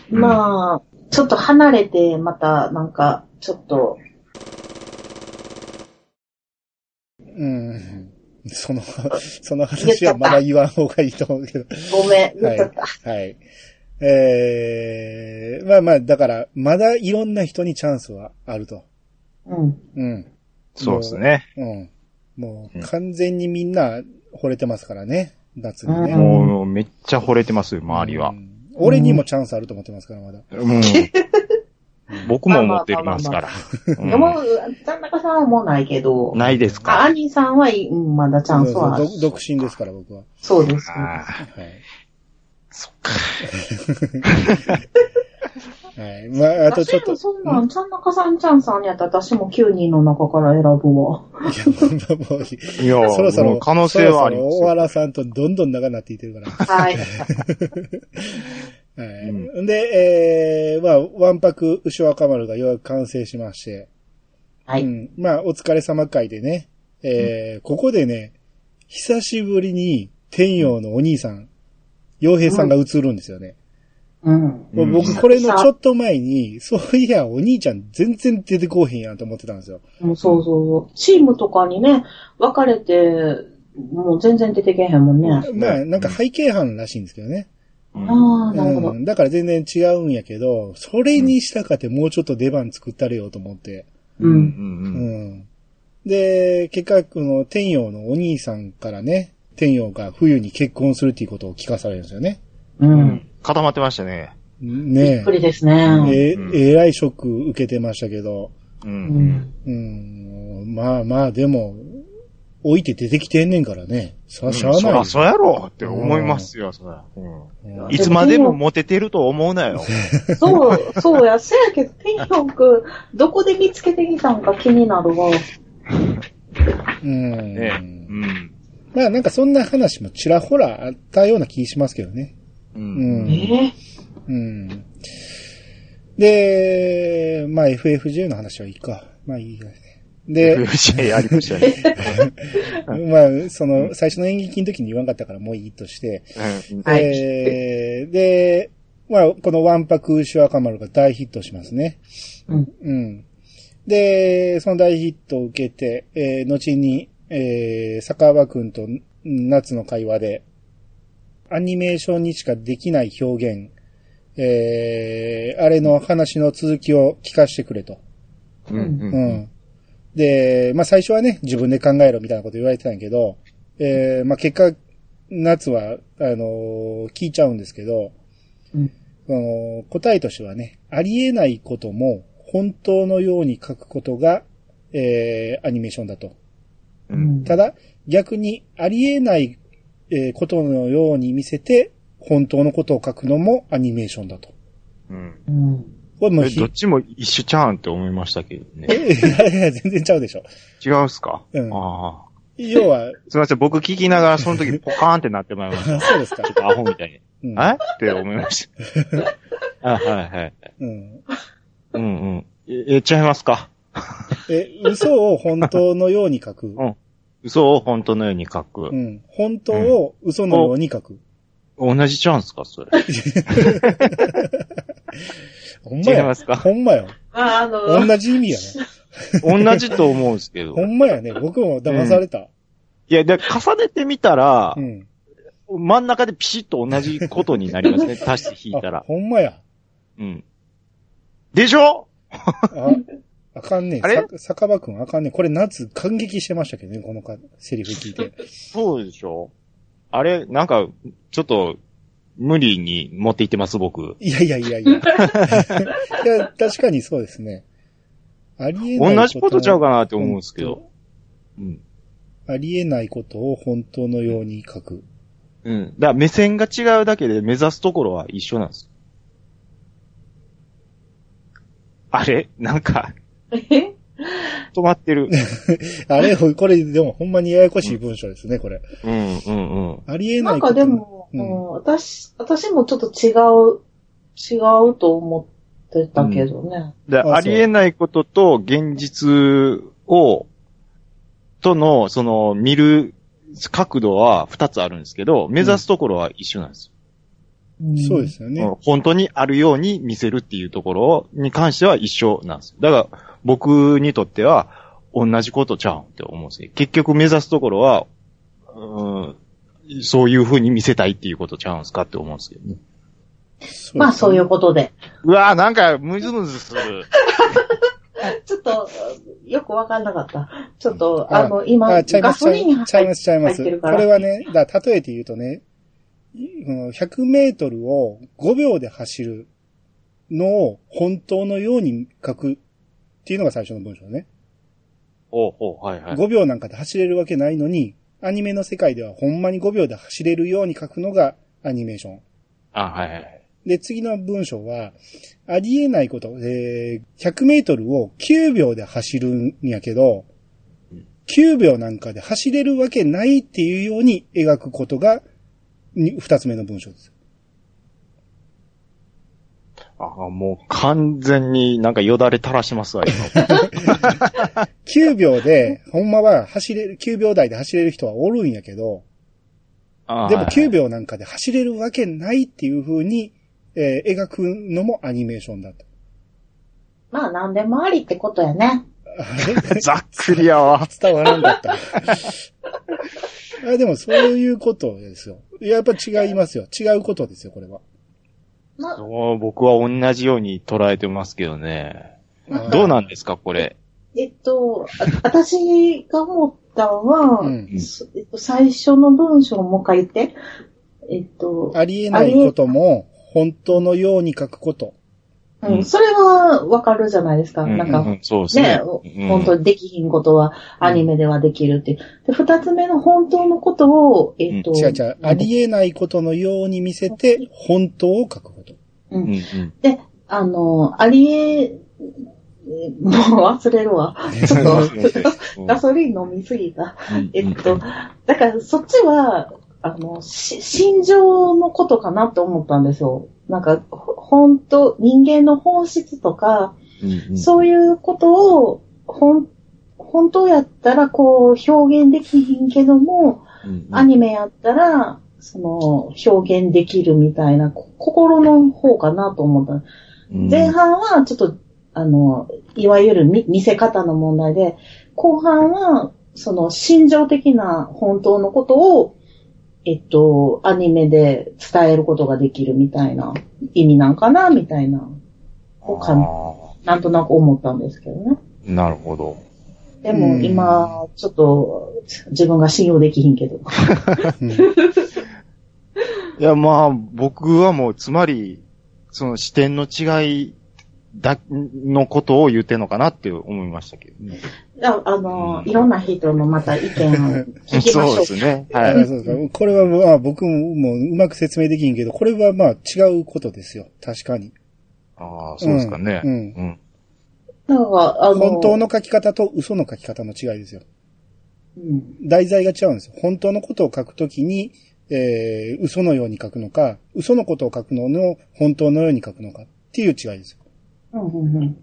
Speaker 3: うん
Speaker 1: まあ、ちょっと離れて、また、なんか、ちょっと、
Speaker 2: うん。その、その話はまだ言わん方がいいと思うけど。
Speaker 1: ごめん、
Speaker 2: は
Speaker 1: 言っ
Speaker 2: い
Speaker 1: ちゃった。
Speaker 2: はい。えー、まあまあ、だから、まだいろんな人にチャンスはあると。
Speaker 1: うん。
Speaker 2: うん。
Speaker 3: そうですね。
Speaker 2: うん。もう、完全にみんな惚れてますからね。夏にね。
Speaker 1: うん
Speaker 3: もうめっちゃ惚れてますよ、周り
Speaker 2: う
Speaker 3: は。
Speaker 2: ん俺にもチャンスあると思ってますから、まだ。
Speaker 3: うん。僕も思ってますから。
Speaker 1: でも、田中さんはもうないけど
Speaker 3: うん、ないです
Speaker 1: あ
Speaker 3: か。
Speaker 1: アニさんはいい、うん、まだチャンスはある
Speaker 2: そうそう独独身ですから、僕は。
Speaker 1: そうです。
Speaker 3: あー
Speaker 2: はい。
Speaker 3: そっか。
Speaker 2: はい。まあ、あとちょっ
Speaker 1: 私
Speaker 2: と
Speaker 1: も。そんなん、ちゃんなかさんちゃんさんやったら私も9人の中から選ぶわ。
Speaker 2: いや、 もうもういい
Speaker 3: いや、
Speaker 2: そろそ
Speaker 3: も
Speaker 2: ろ、
Speaker 3: う可能性はあ
Speaker 2: そ
Speaker 3: り
Speaker 2: ろそ
Speaker 3: ま
Speaker 2: ろ
Speaker 3: す
Speaker 2: 大原さ
Speaker 3: よ。
Speaker 2: んとどんどん長なっていってるから。
Speaker 1: はい。
Speaker 2: はい。
Speaker 3: う
Speaker 2: で、えー、まあ、ワンパク牛若丸がようやく完成しまして、
Speaker 1: は
Speaker 2: う
Speaker 1: い。
Speaker 2: ん。まあ、お疲れ様会でね、えー、ここでね、久しぶりに天陽のお兄さん、洋平さんが映るんですよね。
Speaker 1: うん。
Speaker 3: うん
Speaker 2: 僕、これのちょっと前に、そういや、お兄ちゃん全然出てこうへんやんと思ってたんですよ。
Speaker 1: もうそうそうそう。チームとかにね、分かれて、もう全然出てけへんもんね。
Speaker 2: まあ、なんか背景班らしいんですけどね。
Speaker 3: うん
Speaker 1: ああ、なるほど
Speaker 2: う。ん。だから全然違うんやけど、それにしたかてもうちょっと出番作ったれよと思って。
Speaker 1: う。
Speaker 3: うん
Speaker 2: う
Speaker 3: ん
Speaker 2: ん。で、結果、この天陽のお兄さんからね、天陽が冬に結婚するっていうことを聞かされるんですよね。
Speaker 1: う。
Speaker 3: うんん。固まってましたね。
Speaker 1: びっ
Speaker 2: ね
Speaker 1: くりですね。
Speaker 2: え、
Speaker 3: うん
Speaker 2: ええらいショック受けてましたけど、
Speaker 3: う。
Speaker 1: うんん。
Speaker 2: うん、まあまあ、でも、置いて出てきてんねんからね。さあ、
Speaker 3: うん
Speaker 2: しゃあ
Speaker 3: そ
Speaker 2: ない
Speaker 3: ら、。そうやろって思いますよ、そら。う
Speaker 2: うん
Speaker 3: んいつまでもモテてると思うなよ。
Speaker 1: そう、そうや。せやけど、ピンヒョンくん、どこで見つけてきたんか気になるわ。
Speaker 2: うん
Speaker 3: ねうん。
Speaker 2: まあなんかそんな話もちらほらあったような気しますけどね。
Speaker 3: う
Speaker 2: うん
Speaker 3: ん。
Speaker 1: ええ
Speaker 2: うん。で、まあ FFJ の話はいいか。まあいいですね。で、
Speaker 3: FJ ありましたね。
Speaker 2: まあその最初の演劇の時に言わんかったからもういいとして。
Speaker 3: うん
Speaker 1: はい
Speaker 2: えーで、まあこのワンパクシュアカマルが大ヒットしますね。
Speaker 1: うん。
Speaker 2: うん。で、その大ヒットを受けて、えー後に、えー、坂場くんと夏の会話で、アニメーションにしかできない表現、えー、あれの話の続きを聞かせてくれと。
Speaker 3: うんう
Speaker 2: うんん。で、まあ最初はね、自分で考えろみたいなこと言われてたんやけど、えー、まあ結果、夏は、あのー聞いちゃうんですけど、
Speaker 1: うん
Speaker 2: その答えとしてはね、ありえないことも本当のように書くことが、えー、アニメーションだと。
Speaker 3: う。
Speaker 1: うんん
Speaker 2: ただ、逆にありえない、えーことのように見せて、本当のことを書くのもアニメーションだと。
Speaker 3: うん
Speaker 1: うん。
Speaker 2: これもう
Speaker 3: え
Speaker 2: ひ
Speaker 3: どっちも一緒ちゃうんって思いましたけど ね。
Speaker 2: いやいや、全然ちゃうでしょ。
Speaker 3: 違うっすか
Speaker 2: うん
Speaker 3: ああ。
Speaker 2: 要は、
Speaker 3: すいません、僕聞きながらその時ポカーンってなってまいりました。
Speaker 2: そうですか
Speaker 3: ちょ。っとアホみたいに。
Speaker 2: うん
Speaker 3: えって思いま した。あ、はいはい。
Speaker 2: うん、
Speaker 3: うんうん。え、えちゃいますか
Speaker 2: え、嘘を本当のように書く。
Speaker 3: 嘘を本当のように書く
Speaker 2: う。ん。本当を嘘のように書く。
Speaker 3: 同じちゃうんすかそれ。
Speaker 2: ほんま
Speaker 3: 違い
Speaker 2: や
Speaker 3: ま。すか
Speaker 2: ほんまや。
Speaker 1: まあ、あ の、
Speaker 2: 同じ意味やな。
Speaker 3: 同じと思うんですけど
Speaker 2: ほ。んまやね。僕も騙された。
Speaker 3: いや、で、重ねてみたら
Speaker 2: う、ん。
Speaker 3: 真ん中でピシッと同じことにな りますね。足して引いた
Speaker 2: あ
Speaker 3: ら。
Speaker 2: ほんまや。
Speaker 3: うん。でしょ
Speaker 2: あ、あかんね
Speaker 3: あれ
Speaker 2: さ酒場くんあかんねこれ夏感激してましたけどね、このかセリフ聞いて。
Speaker 3: そうでしょあれ、なんか、ちょっと、無理に持っていってます、僕。
Speaker 2: いやいやいや いや。いや、確かにそうですね。ありえない。
Speaker 3: 同じことちゃうかなって思うんですけど。うん。
Speaker 2: ありえないことを本当のように書く。
Speaker 3: うん。だから目線が違うだけで目指すところは一緒なんです。あれなんか、
Speaker 1: え
Speaker 3: 止まってる。
Speaker 2: あれ、これでもほんまにややこしい文章ですね、これ。
Speaker 3: うん、うん、うん。
Speaker 2: ありえ
Speaker 1: な
Speaker 2: なんいこ
Speaker 1: か
Speaker 2: と。
Speaker 1: でも、
Speaker 2: うん
Speaker 1: うん私、私もちょっと違う、違うと思ってたけどね。
Speaker 3: で、
Speaker 2: あそう
Speaker 3: ありえないことと現実を、との、その、見る角度は二つあるんですけど、目指すところは一緒なんです。
Speaker 1: ん
Speaker 2: そうで。すよね。
Speaker 3: うん本当にあるように見せるっていうところに関しては一緒なんですよ。だから僕にとっては同じことちゃうんって思うんですよ。結局目指すところは、うん、そういう風に見せたいっていうことちゃうんすかって思うんですけどね。
Speaker 2: そう
Speaker 1: まあそう
Speaker 2: う。
Speaker 1: いうことで。
Speaker 3: うわぁ、なんかムズムズする。
Speaker 1: ちょっと、よくわかんなかった。ちょっ
Speaker 2: う
Speaker 1: と、
Speaker 2: ん
Speaker 1: あの、今、
Speaker 2: あ、ちゃいま
Speaker 1: ガ
Speaker 2: す、
Speaker 1: ソリンに
Speaker 2: ちゃ
Speaker 1: 入
Speaker 2: い
Speaker 1: っ
Speaker 2: ます、ちゃいます。
Speaker 1: 入ってる
Speaker 2: こ
Speaker 1: から
Speaker 2: れはね、だから例えて言うとね、いこの100メートルを5秒で走るのを本当のように書くっていうのが最初の文章ね。
Speaker 3: おうおうはいはい。
Speaker 2: 5秒なんかで走れるわけないのに、アニメの世界ではほんまに5秒で走れるように書くのがアニメーション。
Speaker 3: あ、はいはい。
Speaker 2: で、次の文章は、ありえないこと、えー、100メートルを9秒で走るんやけど、9秒なんかで走れるわけないっていうように描くことが、に二つ目の文章です。
Speaker 3: あもう完全になんかよだれ垂らしますわ、今。
Speaker 2: 9秒で、ほんまは走れる、9秒台で走れる人はおるんやけど、
Speaker 3: あ
Speaker 2: でも9
Speaker 3: 秒。
Speaker 2: 秒なんかで走れるわけないっていう風に、えー描くのもアニメーションだと。
Speaker 1: まあ何でもありってことやね。
Speaker 3: ざっくりやわ。
Speaker 2: 伝わらんかった。 あでもそういうことですよ。いややっぱ違いますよ。違うことですよ、これは。
Speaker 1: な
Speaker 3: そう僕は同じように捉えてますけどね。
Speaker 1: なん
Speaker 3: どう
Speaker 1: か、
Speaker 3: なんですか、これ。
Speaker 1: えっと、あ私が思ったのは、
Speaker 2: うん
Speaker 1: すえっと、最初の文章をもう一回言って、えっと、
Speaker 2: ありえないことも本当のように書くこと。
Speaker 1: う、
Speaker 3: うんん
Speaker 1: それはわかるじゃないですか。なんか、
Speaker 3: ううそうです
Speaker 1: ね
Speaker 3: ね、。うん
Speaker 1: 本当にできひんことはアニメではできるっていう。で、二つ目の本当のことを、えっ、と、
Speaker 2: 違う違う。ありえないことのように見せて、本当を書く こと。
Speaker 1: うん
Speaker 3: うんうん
Speaker 1: で、あの、ありえ、もう忘れるわ。ちょっと、
Speaker 3: うん
Speaker 1: ガソリン飲みすぎた。
Speaker 3: うん
Speaker 1: えっと、だからそっちは、あの、し心情のことかなと思ったんですよ。なんか、ほ本当人間の本質とか、
Speaker 3: うんうん
Speaker 1: そういうことを、ほん、本当やったらこう表現できひんけども、
Speaker 3: うんうん
Speaker 1: アニメやったら、その、表現できるみたいな、こ心の方かなと思った。
Speaker 3: うん
Speaker 1: 前半はちょっと、あの、いわゆる見見せ方の問題で、後半は、その、心情的な本当のことを、えっと、アニメで伝えることができるみたいな意味なんかな、みたいな、をかん
Speaker 3: あ
Speaker 1: なんとなく思ったんですけどね。
Speaker 3: ーなるほど。
Speaker 1: でも
Speaker 2: うん
Speaker 1: 今、ちょっと、自分が信用できひんけど。
Speaker 2: うん
Speaker 3: いや、まあ、僕はもう、つまり、その視点の違いだ、のことを言ってんのかなって思いましたけどね。
Speaker 1: ああの、いろんな人のまた意見を聞きまし
Speaker 3: そう
Speaker 1: ょ
Speaker 3: で
Speaker 1: う。
Speaker 3: すね。
Speaker 2: あ
Speaker 3: はい。
Speaker 2: そうですかこれはまあ僕もうまく説明できんけど、これはまあ違うことですよ。確かに。
Speaker 3: ああ、そうですかね。
Speaker 2: うん
Speaker 3: うん。
Speaker 1: なんか、あの、
Speaker 2: 本当の書き方と嘘の書き方の違いですよ。
Speaker 1: うん、
Speaker 2: 題材が違うんですよ。本当のことを書くときに、えー、嘘のように書くのか、嘘のことを書くのの本当のように書くのかっていう違いです
Speaker 1: う
Speaker 2: よ。
Speaker 1: ん、うん、うん。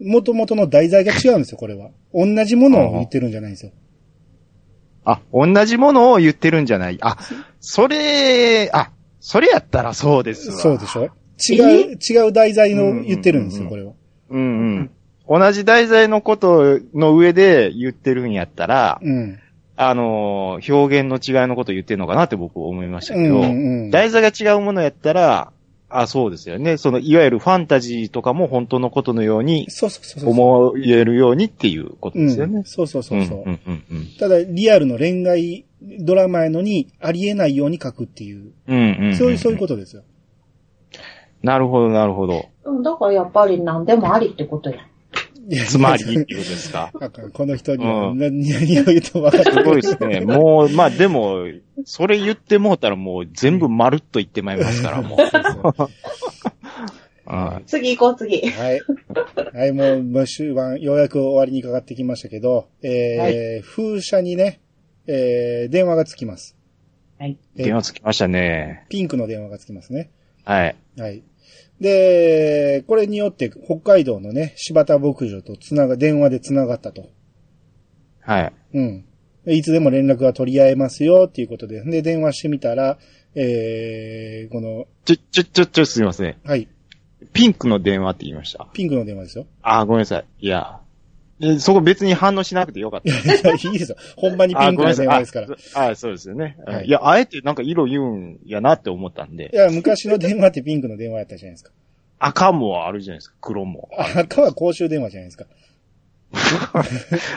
Speaker 2: 元々の題材が違うんですよ、これは。同じものを言ってるんじゃないんですよ。
Speaker 3: あ、同じものを言ってるんじゃない。あ、それ、あ、それやったらそうですわ。
Speaker 2: そうでしょ違う、違う題材の言ってるんです
Speaker 3: う
Speaker 2: よ、
Speaker 3: ん
Speaker 2: これは。
Speaker 3: うんうん。同じ題材のことの上で言ってるんやったら、
Speaker 2: うん。
Speaker 3: あのー表現の違いのこと言ってるのかなって僕思いました
Speaker 2: う
Speaker 3: けど、
Speaker 2: んうんうん。
Speaker 3: 題材が違うものやったら、あ、そうですよね。その、いわゆるファンタジーとかも本当のことのように
Speaker 2: そうそうそうそう。
Speaker 3: 思えるようにっていうこと
Speaker 2: う
Speaker 3: ですよ
Speaker 2: ん。
Speaker 3: ね。
Speaker 2: そうそうそうそう。
Speaker 3: んうんうん
Speaker 2: ただ、リアルの恋愛ドラマやのに、ありえないように書くっていう、
Speaker 3: うん。うんうんん
Speaker 2: そういう、そういうことですよ。
Speaker 3: なるほど、なるほ ど。
Speaker 1: うん、だからやっぱり何でもありってことや。
Speaker 2: いや。
Speaker 3: つまり、っていうことですか
Speaker 2: あかんこの人には
Speaker 3: うん
Speaker 2: 何何を言うと分かって
Speaker 3: す
Speaker 2: る。
Speaker 3: ごいですね。もう、まあでも、それ言ってもうたらもう全部まるっと言ってまいりますから、もう。はい
Speaker 1: 次行こう、次。
Speaker 2: はい。はい、もう、もう終盤、ようやく終わりにかかってきましたけど、えー
Speaker 1: は
Speaker 2: 風車にね、えー電話がつきます。
Speaker 1: はい。
Speaker 2: えー
Speaker 3: 電話つきましたね。
Speaker 2: ピンクの電話がつきますね。
Speaker 3: はい。
Speaker 2: はい。で、これによって、北海道のね、柴田牧場とつなが、電話でつながったと。
Speaker 3: はい。
Speaker 2: うん。いつでも連絡が取り合えますよ、っていうことで。で、電話してみたら、えー、この、
Speaker 3: ちょ、ちょ、ちょ、ちょ、すみません。
Speaker 2: はい、
Speaker 3: ピンクの電話って言いました。
Speaker 2: ピンクの電話ですよ。
Speaker 3: あー、ごめんなさい。いや。えそこ別に反応しなくてよかった。
Speaker 2: いや、いいですよ。ほんまに ピ
Speaker 3: あー
Speaker 2: ンクの電話ですから。い
Speaker 3: ごめんなさいあー、そうですよね。
Speaker 2: はい
Speaker 3: い、や、あえてなんか色言うんやなって思ったんで、
Speaker 2: や、昔の電話ってピンクの電話やったじゃないですか。
Speaker 3: 赤もあるじゃないですか、黒も。
Speaker 2: 赤は公衆電話じゃないですか。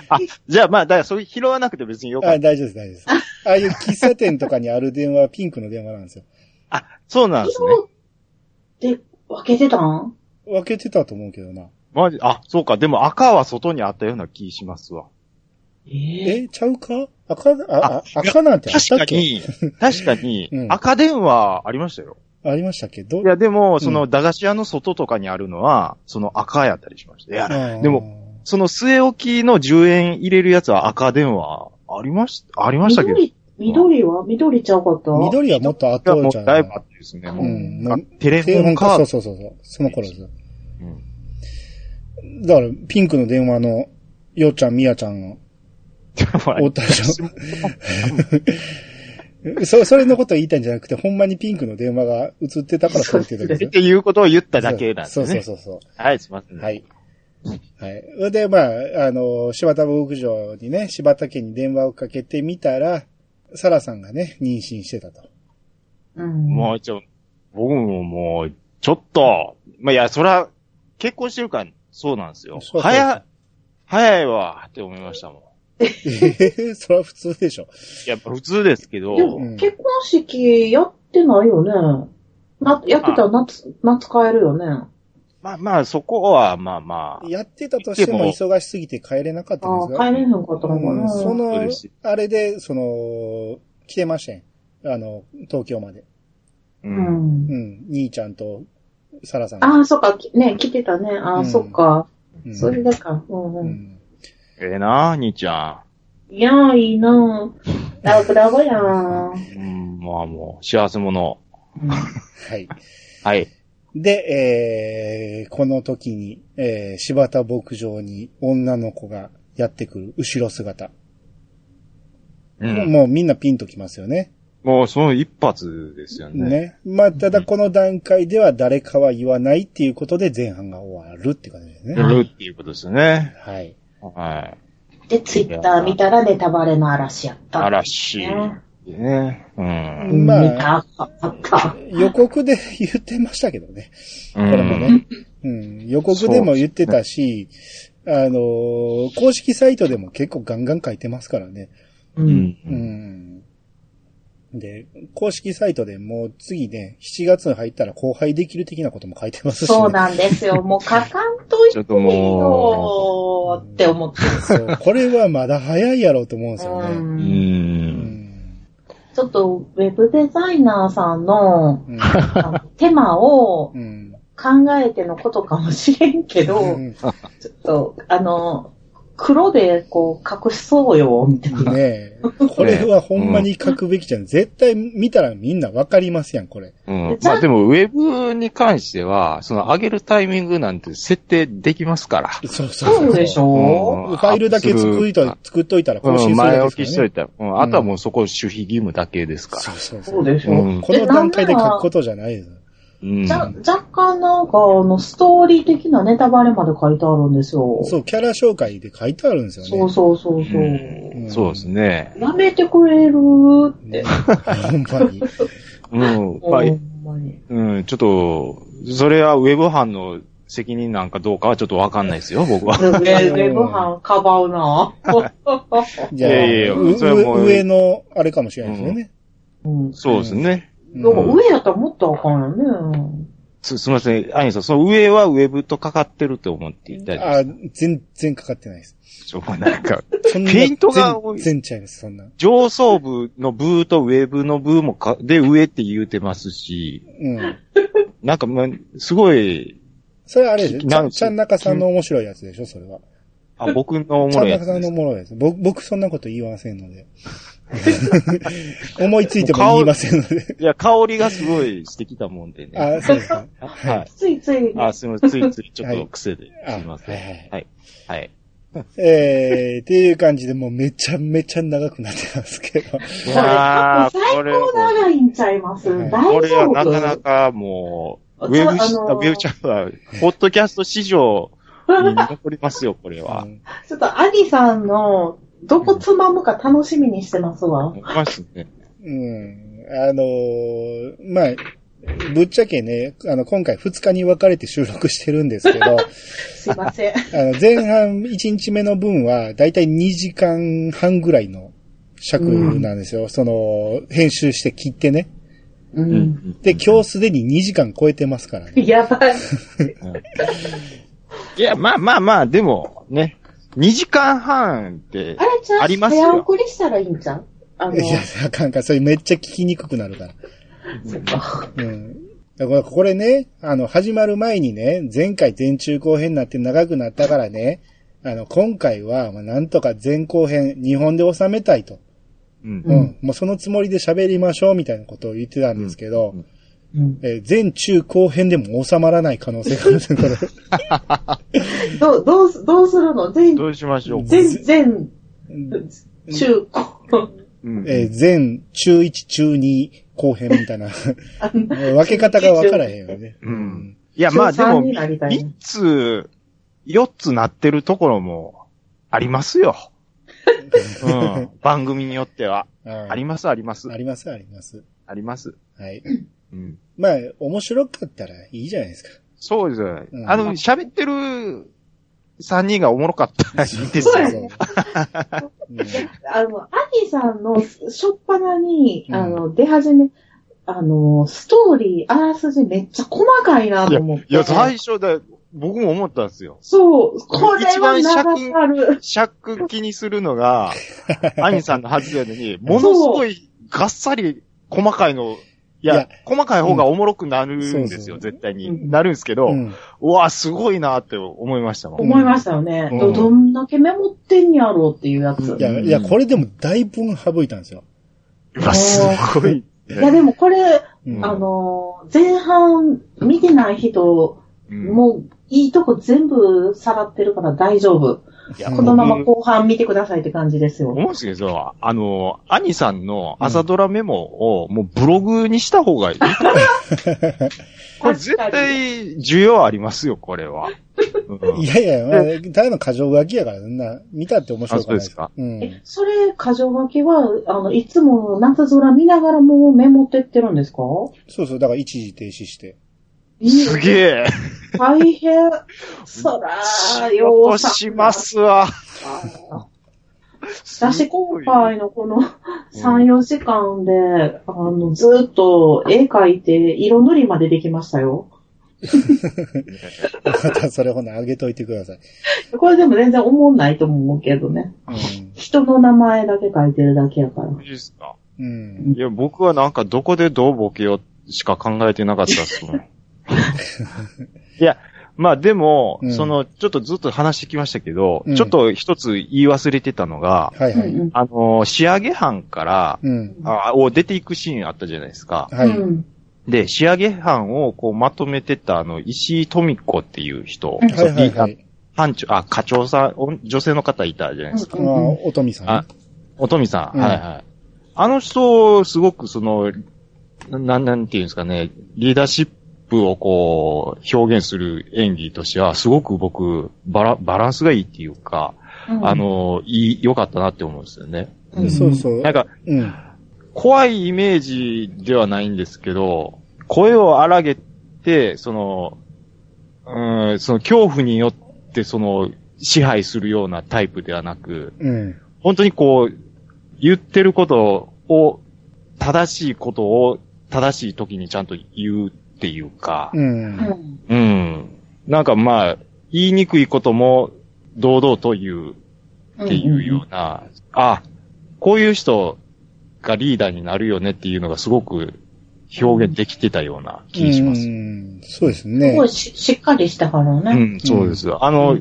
Speaker 3: あ、じゃあまあ、だからそれ拾わなくて別によか
Speaker 2: あ
Speaker 3: った。
Speaker 2: 大丈夫です、大丈夫です。ああいう喫茶店とかにある電話はピンクの電話なんですよ。
Speaker 3: あ、そうなんですね。
Speaker 1: 色で分けてたん
Speaker 2: 分けてたと思うけどな。
Speaker 3: マジ、あ、そうか、でも赤は外にあったような気しますわ。
Speaker 1: ええ
Speaker 2: え、ちゃうか赤、あ、あ赤なんてあっ
Speaker 3: 確
Speaker 2: た
Speaker 3: か
Speaker 2: っけ
Speaker 3: に、 確かに
Speaker 2: う、ん
Speaker 3: 赤電話ありましたよ。
Speaker 2: ありましたけど。
Speaker 3: いや、でも、そうの、駄菓子屋の外とかにあるのは、その赤やったりしました。いや、
Speaker 2: うん
Speaker 3: でも、その据え置きの10円入れるやつは赤電話ありました、ありましたけど。い
Speaker 1: 緑、緑は緑ちゃうかった
Speaker 2: 緑はもっと
Speaker 3: や、
Speaker 2: 後
Speaker 3: もう
Speaker 2: じゃ
Speaker 3: だ
Speaker 2: ないい
Speaker 3: ぶあってですね。
Speaker 1: うん
Speaker 3: も
Speaker 2: う。
Speaker 3: うんあ
Speaker 2: な
Speaker 3: テレ
Speaker 2: テレ
Speaker 3: フ
Speaker 2: フ
Speaker 3: ォ
Speaker 2: ォン
Speaker 3: ン
Speaker 2: カ
Speaker 3: カ
Speaker 2: ー
Speaker 3: ー
Speaker 2: ド。
Speaker 3: ド。
Speaker 2: そうそうそうそう。その頃ですよ。
Speaker 3: うん
Speaker 2: だから、ピンクの電話の、ようちゃん、みやちゃんの、おったでし ょ。そ、それのこと言いたいんじゃなくて、ほんまにピンクの電話が映ってたからそう言ってたんですよ
Speaker 3: っ。ていうことを言っただけなんです
Speaker 2: そう
Speaker 3: ね。
Speaker 2: そうそうそう。
Speaker 3: はい、すいません。
Speaker 2: は。い。はい。で、まあ、あの、柴田牧場にね、柴田家に電話をかけてみたら、サラさんがね、妊娠してたと。
Speaker 1: うん。
Speaker 3: もうちょ、僕ももう、ちょっと、まあ、いや、そら、結婚してるから、そうなんですよ。
Speaker 2: そうそう
Speaker 3: 早、早いわ、って思いましたもん。
Speaker 2: えー それは普通でしょ。
Speaker 3: やっぱ普通ですけど、
Speaker 1: でも、
Speaker 2: うん
Speaker 1: 結婚式やってないよね。な、やってたら夏、夏買えるよね。
Speaker 3: まあまあ、そこは、まあまあ、
Speaker 2: やってたとしても
Speaker 3: でも
Speaker 2: 忙しすぎて帰れなかったん
Speaker 1: あ
Speaker 2: で
Speaker 1: あ、
Speaker 2: すが
Speaker 1: 帰、れへんかったのか
Speaker 2: うん
Speaker 1: な。
Speaker 2: その
Speaker 3: 嬉しい、
Speaker 2: あれで、その、来てましたん。あの、東京まで。
Speaker 3: う。
Speaker 1: うんん
Speaker 2: うん、兄ちゃんと、サラさんが。
Speaker 1: ああ、そっか、きね、来てたね。ああ、
Speaker 2: うん
Speaker 1: そっか。
Speaker 2: うん
Speaker 1: それでか。うん
Speaker 2: う
Speaker 1: うん。
Speaker 2: ん
Speaker 3: ええな、兄ちゃ
Speaker 1: いやー、いいなぁ。ラブラブやん。
Speaker 3: ん。うん、まあもう、幸せ者。
Speaker 2: はい。
Speaker 3: はい。
Speaker 2: で、えー、この時に、えー、柴田牧場に女の子がやってくる後ろ姿。
Speaker 3: うん。
Speaker 2: もうみんなピンときますよね。
Speaker 3: もう、その一発ですよね。
Speaker 2: ね。まあ、ただこの段階では誰かは言わないっていうことで前半が終わるって感じです
Speaker 3: や
Speaker 2: ね。
Speaker 3: るっていうことですよね。
Speaker 2: はい。
Speaker 3: はい。
Speaker 1: で、ツイッター見たらネタバレの嵐やった。
Speaker 3: 嵐。ね。うん。
Speaker 1: うん。
Speaker 2: まあ
Speaker 1: 見た、あった。
Speaker 2: 予告で言ってましたけどね。こ
Speaker 3: こ
Speaker 2: れもね。うん。予告でも言ってたし、あのー公式サイトでも結構ガンガン書いてますからね。
Speaker 1: う。
Speaker 3: うん。
Speaker 2: うんん。で、公式サイトでもう次ね、7月に入ったら後輩できる的なことも書いてますし、ね。
Speaker 1: そうなんです よ。もう書かんといて
Speaker 3: ちょっとも
Speaker 1: よーって思って。
Speaker 2: そう これはまだ早いやろうと思うんですよ
Speaker 1: う。
Speaker 2: ね。
Speaker 3: うんん。
Speaker 1: ちょっと、ウェブデザイナーさんの
Speaker 2: うん。
Speaker 1: あの手間を
Speaker 2: うん。うん
Speaker 1: 考えてのことかもしれんけど、
Speaker 2: うん
Speaker 1: ちょっと、あの、黒でこう隠しそうよ、みたいな。
Speaker 2: ねえ。これはほんまに書くべきじゃん。絶対見たらみんなわかりますやん、これ。
Speaker 3: うん。まあでも、ウェブに関しては、その上げるタイミングなんて設定できますから。
Speaker 2: そうそうそう。
Speaker 1: そうでしょ
Speaker 2: ファイルだけ作っといた、作っといたら更新す
Speaker 3: うん、
Speaker 2: るだけ
Speaker 3: 前
Speaker 2: で
Speaker 3: 置
Speaker 2: すか
Speaker 3: き
Speaker 2: ら
Speaker 3: し
Speaker 2: ね
Speaker 3: といたら。うん、あとはもうそこ守秘義務だけですか
Speaker 2: そうそうそ
Speaker 1: そう
Speaker 2: う。
Speaker 1: でしょ、
Speaker 3: ら。う。
Speaker 1: うん
Speaker 2: この段階で書くことじゃないです。
Speaker 3: うん。
Speaker 1: じゃ、若干なんか、あの、ストーリー的なネタバレまで書いてあるんですよ。
Speaker 2: そう、キャラ紹介で書いてあるんですよね。
Speaker 1: そうそうそうそう。
Speaker 2: ん
Speaker 3: そうですね。
Speaker 1: やめてくれるって。
Speaker 2: ほんまに。
Speaker 3: うん。ま
Speaker 1: ほ
Speaker 3: あ、
Speaker 1: んまに。
Speaker 3: うん、ちょっと、それはウェブ班の責任なんかどうかはちょっとわかんないです よ、僕は。
Speaker 1: ウェブ班かばうな。
Speaker 2: じゃあ、
Speaker 3: いやいやいや
Speaker 2: う
Speaker 3: それはもう
Speaker 2: う上の、あれかもしれないですよね。
Speaker 1: うん。で
Speaker 3: そうですね。
Speaker 2: うん
Speaker 1: も上やったらもっとあかんよね。
Speaker 3: す、すみません。アニさん、その上はウェブとかかってると思っていただい
Speaker 2: あ、全然かかってないです。
Speaker 3: て。もうなんか、
Speaker 2: そんな
Speaker 3: ペイントが多い
Speaker 2: 全然ちゃいます、そんな。
Speaker 3: 上層部の部とウェブの部もか、で上って言うてますし、
Speaker 2: うん。
Speaker 3: なんか、まあ、すごい、
Speaker 2: それはあれです。ち
Speaker 3: な
Speaker 2: ゃ、ちゃん中さんの面白いやつでしょ、それは。
Speaker 3: あ、僕のお
Speaker 2: ちゃ
Speaker 3: もろ
Speaker 2: ん
Speaker 3: いや
Speaker 2: 中
Speaker 3: つ
Speaker 2: さん
Speaker 3: で
Speaker 2: の
Speaker 3: す
Speaker 2: お。もろいやつ。僕、僕そんなこと言いませんの で。思いついても言いませんので。
Speaker 3: いや、香りがすごいしてきたもんでね。
Speaker 2: あ、そうですか。
Speaker 3: はい。
Speaker 1: ついつい。
Speaker 3: あ、すみません。ついついちょっ
Speaker 2: は
Speaker 3: と
Speaker 2: い
Speaker 3: 癖で。
Speaker 2: あ
Speaker 3: すみませ
Speaker 2: はい
Speaker 3: ん。はい。はい。
Speaker 2: えー、っていう感じでもうめちゃめちゃ長くなってますけど。
Speaker 3: いやーこれ、
Speaker 1: 長いんちゃいます。
Speaker 2: はい
Speaker 1: 大
Speaker 3: これ
Speaker 1: 丈
Speaker 3: は
Speaker 1: 夫。
Speaker 3: なかなかもう、ウ
Speaker 1: あ
Speaker 3: ェブ
Speaker 1: あ
Speaker 3: し、ウ
Speaker 1: の
Speaker 3: ェブちゃんは、ポッドキャスト史上に残りますよ、これは
Speaker 2: う。ん
Speaker 1: ちょっとアニさんの、どこつまむか楽しみにしてますわ。
Speaker 3: 思いますね。
Speaker 2: うん。あのーまあ、ぶっちゃけね、あの、今回2日に分かれて収録してるんですけど、
Speaker 1: すいません。
Speaker 2: あの、前半1日目の分は、だいたい2時間半ぐらいの尺なんですよ。その、編集して切ってね。
Speaker 1: う。
Speaker 3: うんん。
Speaker 2: で、今日すでに2時間超えてますからね。
Speaker 1: やばい。
Speaker 3: いや、まあまあまあ、でも、ね、2時間半って
Speaker 1: あ、れちゃん、
Speaker 3: ありますよ
Speaker 1: 早送りしたらいいんじゃんあの
Speaker 2: い、や、あかんかん、それめっちゃ聞きにくくなるから。
Speaker 1: そっか。
Speaker 2: うん。だからこれね、あの、始まる前にね、前回前中後編になって長くなったからね、あの、今回は、まあ、なんとか前後編、日本で収めたいと。
Speaker 3: うん。
Speaker 2: う
Speaker 1: うん
Speaker 2: ん。もうそのつもりで喋りましょう、みたいなことを言ってたんですけど、
Speaker 3: うん
Speaker 1: うん。
Speaker 2: えー前中後編でも収まらない可能性があるん で、こ
Speaker 1: どう、どうす、どうするの全
Speaker 3: ど、うしましょう。
Speaker 1: 全、全、
Speaker 2: れ
Speaker 1: 中高。
Speaker 3: うん
Speaker 2: えー前中1、中2後編みたいな。
Speaker 1: あの
Speaker 2: 分け方が分からへんよね。
Speaker 3: うん。いや、まあで
Speaker 1: 中
Speaker 3: も、
Speaker 1: 三になりたい
Speaker 3: 3つ、4つなってるところもありますよ。うん。番組によっては。あ
Speaker 2: あ
Speaker 3: ります、あります
Speaker 2: あ。ります、あります。
Speaker 3: あります。
Speaker 2: はい。
Speaker 3: うん。
Speaker 2: まあ、面白かったらいいじゃないですか。
Speaker 3: そうですよね。
Speaker 2: うん
Speaker 3: あの、喋ってる3人がおもろかった らいいです
Speaker 1: そうや
Speaker 3: よ。
Speaker 1: ね
Speaker 2: うん
Speaker 1: あの、アニさんの、しょっぱなに、
Speaker 2: うん
Speaker 1: あの、出始め、あの、ストーリー、あらすじめっちゃ細かいなと思って。
Speaker 3: いや、最初だ、僕も思ったんですよ。
Speaker 1: そう、これは長さある。
Speaker 3: シャック気にするのが、アミさんのはずやのに、ものすごいがっさり細かいの、いや、
Speaker 2: いや
Speaker 3: 細かい方がおもろくなるんですよ、
Speaker 2: うんそうそう
Speaker 3: 絶対に。
Speaker 1: うん
Speaker 3: なるんですけど、う
Speaker 2: うん。
Speaker 3: わすごいなって思いましたもん。
Speaker 1: 思いましたよね。
Speaker 3: うん
Speaker 1: ど、どんだけメモってんやろうっていうやつ。
Speaker 2: いや、いや、これでもだいぶん省いたんですよ。
Speaker 3: うわ、すごい。
Speaker 1: いや、でもこれ、
Speaker 2: うん。
Speaker 1: あの、前半見てない人、
Speaker 3: うん
Speaker 1: もういいとこ全部さらってるから大丈夫。
Speaker 3: いや
Speaker 2: うん
Speaker 1: このまま後半見てくださいって感じですよ。
Speaker 3: 思うんですけど、あの、アニさんの朝ドラメモをもうブログにした方 がいい。これ絶対需要ありますよ、これは。うん
Speaker 2: いやいや、まあ、ただの過剰書きやから、そんな、見たって面白くない
Speaker 3: あ
Speaker 2: う
Speaker 1: え
Speaker 2: ん。、
Speaker 1: それ、箇条書きは、あの、いつも夏空見ながらもうメモってってるんですか
Speaker 2: そうそう、だから一時停止して。
Speaker 3: すげ
Speaker 1: え。
Speaker 3: え。
Speaker 1: 大変。そらー、よ
Speaker 3: 落としま。すわ。
Speaker 1: 私今回のこの3、
Speaker 3: うん
Speaker 1: 4時間で、あの、ずっと絵描いて、色塗りまでできましたよ。
Speaker 2: またそれほな、あげといてください。
Speaker 1: これでも全然思んないと思うけどね。
Speaker 2: うん
Speaker 1: 人の名前だけ書いてるだけやから。
Speaker 3: いいですか。
Speaker 2: うん。
Speaker 3: いや、僕はなんかどこでどうボケようしか考えてなかったっす もん。いや、まあでも、
Speaker 2: うん
Speaker 3: その、ちょっとずっと話してきましたけど、
Speaker 2: うん
Speaker 3: ちょっと一つ言い忘れてたのが、
Speaker 2: はいは
Speaker 1: う
Speaker 2: い。
Speaker 1: ん
Speaker 3: あの、仕上げ班から、
Speaker 2: うん。
Speaker 3: あを出ていくシーンあったじゃないですか。
Speaker 2: はい。
Speaker 1: うん
Speaker 3: で、仕上げ班をこうまとめてたあの、石井富子っていう人、
Speaker 1: うん
Speaker 2: はいはい
Speaker 3: そ
Speaker 2: は
Speaker 3: うい
Speaker 2: い。
Speaker 3: 班長、あ、課長さんお、女性の方いたじゃないですか。
Speaker 2: ああ、おとみさん。
Speaker 3: あおとみさん、
Speaker 2: うん
Speaker 3: はいはい。あの人、すごくその、なん、なんていうんですかね、リーダーシップをこう、表現する演技としては、すごく僕、バラ、バランスがいいっていうか、
Speaker 1: うん
Speaker 3: あ、の、いい、良かったなって思うんですよね。
Speaker 1: うん
Speaker 2: そうそう。
Speaker 3: なんか、
Speaker 2: うん。
Speaker 3: 怖いイメージではないんですけど、声を荒げて、その、うん、その恐怖によって、その、支配するようなタイプではなく、
Speaker 2: うん。
Speaker 3: 本当にこう、言ってることを、正しいことを正しい時にちゃんと言うっていうか、
Speaker 2: うん。
Speaker 1: うん
Speaker 3: うん。なんかまあ、言いにくいことも堂々と言うっていうような、あ、こういう人がリーダーになるよねっていうのがすごく表現できてたような気がします。
Speaker 2: うんそうです
Speaker 1: す
Speaker 2: ね
Speaker 1: ご。いししっかりしたから
Speaker 3: う
Speaker 1: ね。
Speaker 3: ん、そうです。あの、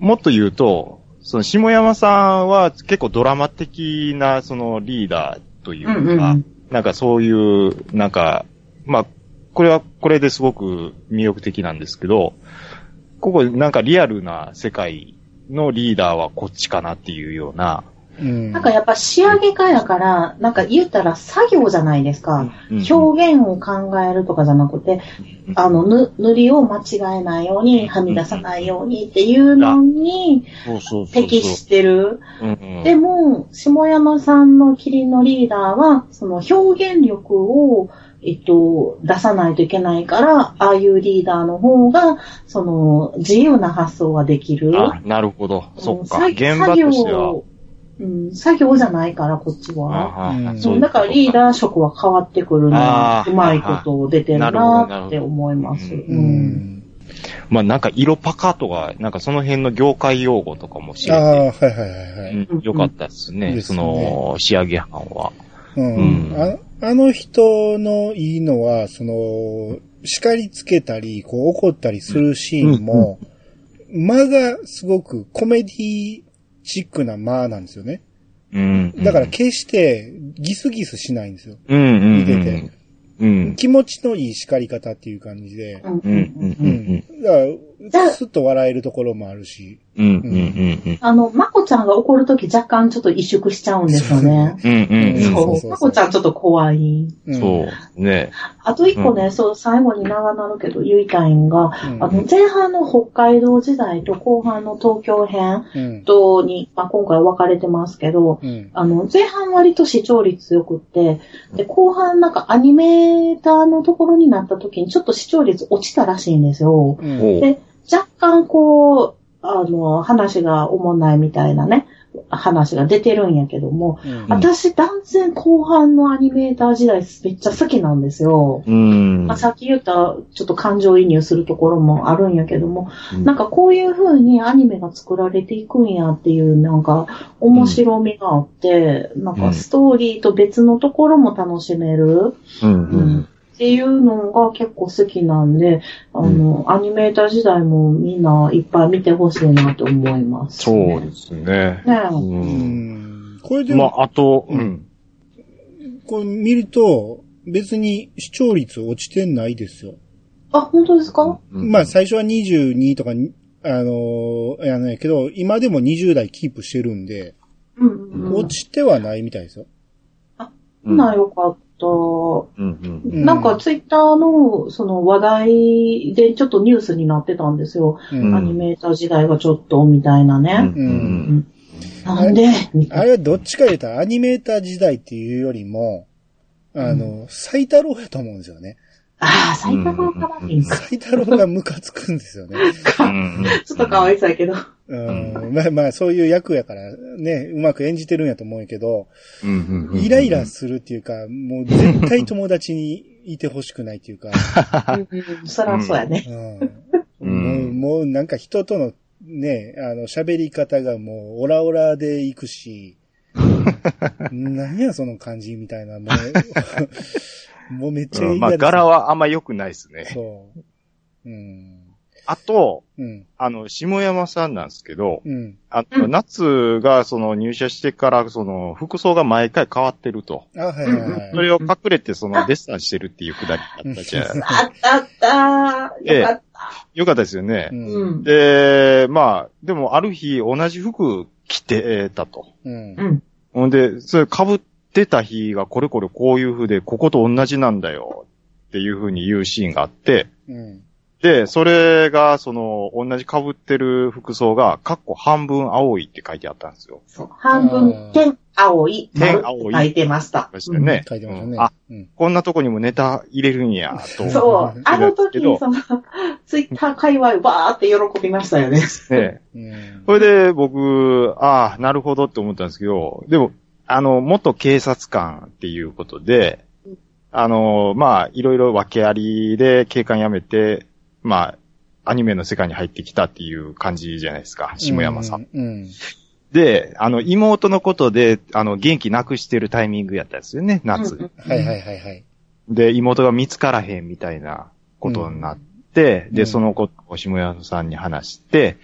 Speaker 3: もっと言うと、その下山さんは結構ドラマ的なそのリーダーというか、
Speaker 1: うんうん
Speaker 3: なんかそういう、なんか、まあ、これはこれですごく魅力的なんですけど、ここなんかリアルな世界のリーダーはこっちかなっていうような、
Speaker 2: うん
Speaker 1: なんかやっぱ仕上げかやから、なんか言ったら作業じゃないですか。
Speaker 3: 表
Speaker 1: 表現を考えるとかじゃなくて、あの、ぬ塗りを間違えないように、はみ出さないようにっていうのに
Speaker 3: そうそうそう
Speaker 1: 適してる。
Speaker 3: うんうん
Speaker 1: でも、下山さんの霧のリーダーは、その表現力を、えっと、出さないといけないから、ああいうリーダーの方が、その、自由な発想ができる。
Speaker 3: あ、なるほど。そっか。
Speaker 1: うん
Speaker 3: 現場としては。。
Speaker 1: 作業うん、作業じゃないから、こっちは。
Speaker 3: あー
Speaker 2: うん
Speaker 1: そうだからリーダー職は変わってくる
Speaker 3: あ
Speaker 1: な。
Speaker 3: ー
Speaker 1: うまいこと出てる
Speaker 3: なるほどなる
Speaker 1: な
Speaker 3: ほ
Speaker 1: っ
Speaker 3: ど
Speaker 1: て思います。
Speaker 3: う
Speaker 2: う
Speaker 1: うん
Speaker 2: ん。
Speaker 3: まあなんか色パカとか、なんかその辺の業界用語とかも知
Speaker 2: ああ、
Speaker 3: れ
Speaker 2: はいはいはいは
Speaker 3: て、
Speaker 2: い。
Speaker 3: うんよかったですね。
Speaker 2: うんです
Speaker 3: そ
Speaker 2: ね
Speaker 3: の仕上げ班は。
Speaker 2: うん
Speaker 3: うん
Speaker 2: ああの人のいいのは、その、叱りつけたり、こう怒ったりするシーンも、間がすごくコメディチックな間なんですよね。
Speaker 3: うん。
Speaker 2: だから決してギスギスしないんですよ。
Speaker 3: うんうんうん。
Speaker 2: 見てて
Speaker 3: うん。
Speaker 2: 気持ちのいい叱り方っていう感じで、
Speaker 1: うんう
Speaker 3: うんうん
Speaker 1: ん
Speaker 3: うんうん。
Speaker 2: だから、すっと笑えるところもあるし、
Speaker 3: うんうんうんうん。
Speaker 1: あの、まこちゃんが怒るとき若干ちょっと萎縮しちゃうんですよね。
Speaker 3: うんうんうん。
Speaker 2: そ
Speaker 1: そうう。まこちゃんちょっと怖い。
Speaker 2: うん
Speaker 3: そう。ね。
Speaker 1: あと一個ね、そう、最後に長なるけど言いたいんが、
Speaker 2: うん
Speaker 1: あの、前半の北海道時代と後半の東京編
Speaker 2: うん。
Speaker 1: とに、まあ、今回分かれてますけど、
Speaker 2: うん。
Speaker 1: あの、前半割と視聴率良くって、で、後半なんかアニメーターのところになった時にちょっと視聴率落ちたらしいんですよ。
Speaker 2: うん
Speaker 3: おう。
Speaker 1: で、若干こう、あの、話がおもんないみたいなね、話が出てるんやけども、
Speaker 2: うん
Speaker 1: 私断然後半のアニメーター時代めっちゃ好きなんですよ。
Speaker 3: うん。
Speaker 1: まあ、さっき言った、ちょっと感情移入するところもあるんやけども、
Speaker 3: うん
Speaker 1: なんかこういう風にアニメが作られていくんやっていう、なんか面白みがあって、なんかストーリーと別のところも楽しめる
Speaker 3: うんうん
Speaker 1: っていうのが結構好きなんで、あの、アニメーター時代もみんないっぱい見てほしいなと思います。
Speaker 3: そうですね。
Speaker 1: ね
Speaker 3: う。
Speaker 2: うんんこれで
Speaker 3: ま
Speaker 2: も、
Speaker 3: あ、あと、
Speaker 2: う
Speaker 3: うんん。
Speaker 2: これ見ると、別に視聴率落ちてないですよ。
Speaker 1: あ、本当ですか
Speaker 3: うん
Speaker 2: まあ、最初は22とかに、あのーやないけど、今でも20代キープしてるんで、
Speaker 1: うんうんうん。
Speaker 2: 落ちてはないみたいですよ。
Speaker 3: うん
Speaker 1: な、よかった。
Speaker 3: うん
Speaker 2: うん
Speaker 1: なんかツイッターのその話題でちょっとニュースになってたんですよ。
Speaker 2: うん
Speaker 3: ん
Speaker 1: アニメーター時代がちょっとみたいな
Speaker 3: うん。
Speaker 1: ね。
Speaker 3: う
Speaker 2: うん
Speaker 3: ん。
Speaker 1: なんでみたい
Speaker 2: あれはどっちか言うたらアニメーター時代っていうよりも、あの、斎太郎やと思うんですよね。
Speaker 1: なああ、埼玉からにち
Speaker 2: 斎太郎がムカつくんですよね。
Speaker 3: うん
Speaker 1: ょっとかわいそうやけど。
Speaker 2: うん、まあまあ、そういう役やからね、うまく演じてるんやと思うけど、
Speaker 3: うんうん
Speaker 2: イライラするっていうか、もう絶対友達にいてほしくないっていうか、
Speaker 1: そらそうやね。
Speaker 2: う、
Speaker 3: うん
Speaker 2: もう、
Speaker 3: ん
Speaker 2: もうなんか人とのね、あの、喋り方がもうオラオラで行く し、何やその感じみたいな、もう、 もうめっちゃ嫌
Speaker 3: う
Speaker 2: で
Speaker 3: ん
Speaker 2: す
Speaker 3: まあ、柄はあんま良くないですね。
Speaker 2: そう。うん。
Speaker 3: あと、
Speaker 2: うん。
Speaker 3: あの、下山さんなんですけど、
Speaker 2: うん。
Speaker 3: あ
Speaker 1: う
Speaker 3: と、
Speaker 1: ん
Speaker 3: 夏が、その、入社してから、その、服装が毎回変わってると。
Speaker 2: あ、はいはい
Speaker 1: うん
Speaker 3: そ
Speaker 2: はい。
Speaker 3: れを隠れて、その、デッサンしてるっていうくだりだったじゃん。
Speaker 1: あったあった。よかった。
Speaker 3: よかったですよね
Speaker 2: う。。
Speaker 1: うんん。
Speaker 3: で、まあ、でも、ある日、同じ服着てたと。
Speaker 2: うん
Speaker 1: う。ん。
Speaker 3: ほんで、それ被ってた日がこれこれこういう風で、ここと同じなんだよっていう風に言うシーンがあって、
Speaker 2: うん。
Speaker 3: で、それが、その、同じ被ってる服装が、かっこ半分青いって書いてあったんですよ。
Speaker 1: そう半分、天青い。
Speaker 3: 天青い
Speaker 1: 書いてました。
Speaker 3: ましたよね。
Speaker 2: 書いてましたね。
Speaker 3: うんあ、
Speaker 2: うん。
Speaker 3: こんなとこにもネタ入れるんや、と。
Speaker 1: うん
Speaker 2: そ
Speaker 1: そう。あの時にその、ツイッター界隈わーって喜びましたよね。
Speaker 3: ね
Speaker 2: うん
Speaker 3: それで、僕、ああ、なるほどって思ったんですけど、でも、あの、元警察官っていうことで、あの、まあ、いろいろ訳ありで警官辞めて、まあ、アニメの世界に入ってきたっていう感じじゃないですか、下山さん。。
Speaker 2: うん。
Speaker 3: で、あの、妹のことで、あの、元気なくしてるタイミングやったんですよね、夏。
Speaker 1: うんうん
Speaker 2: はいはいはいはい。
Speaker 3: で、妹が見つからへんみたいなことになって、
Speaker 2: う
Speaker 3: で、
Speaker 2: ん
Speaker 3: そのことを下山さんに話して、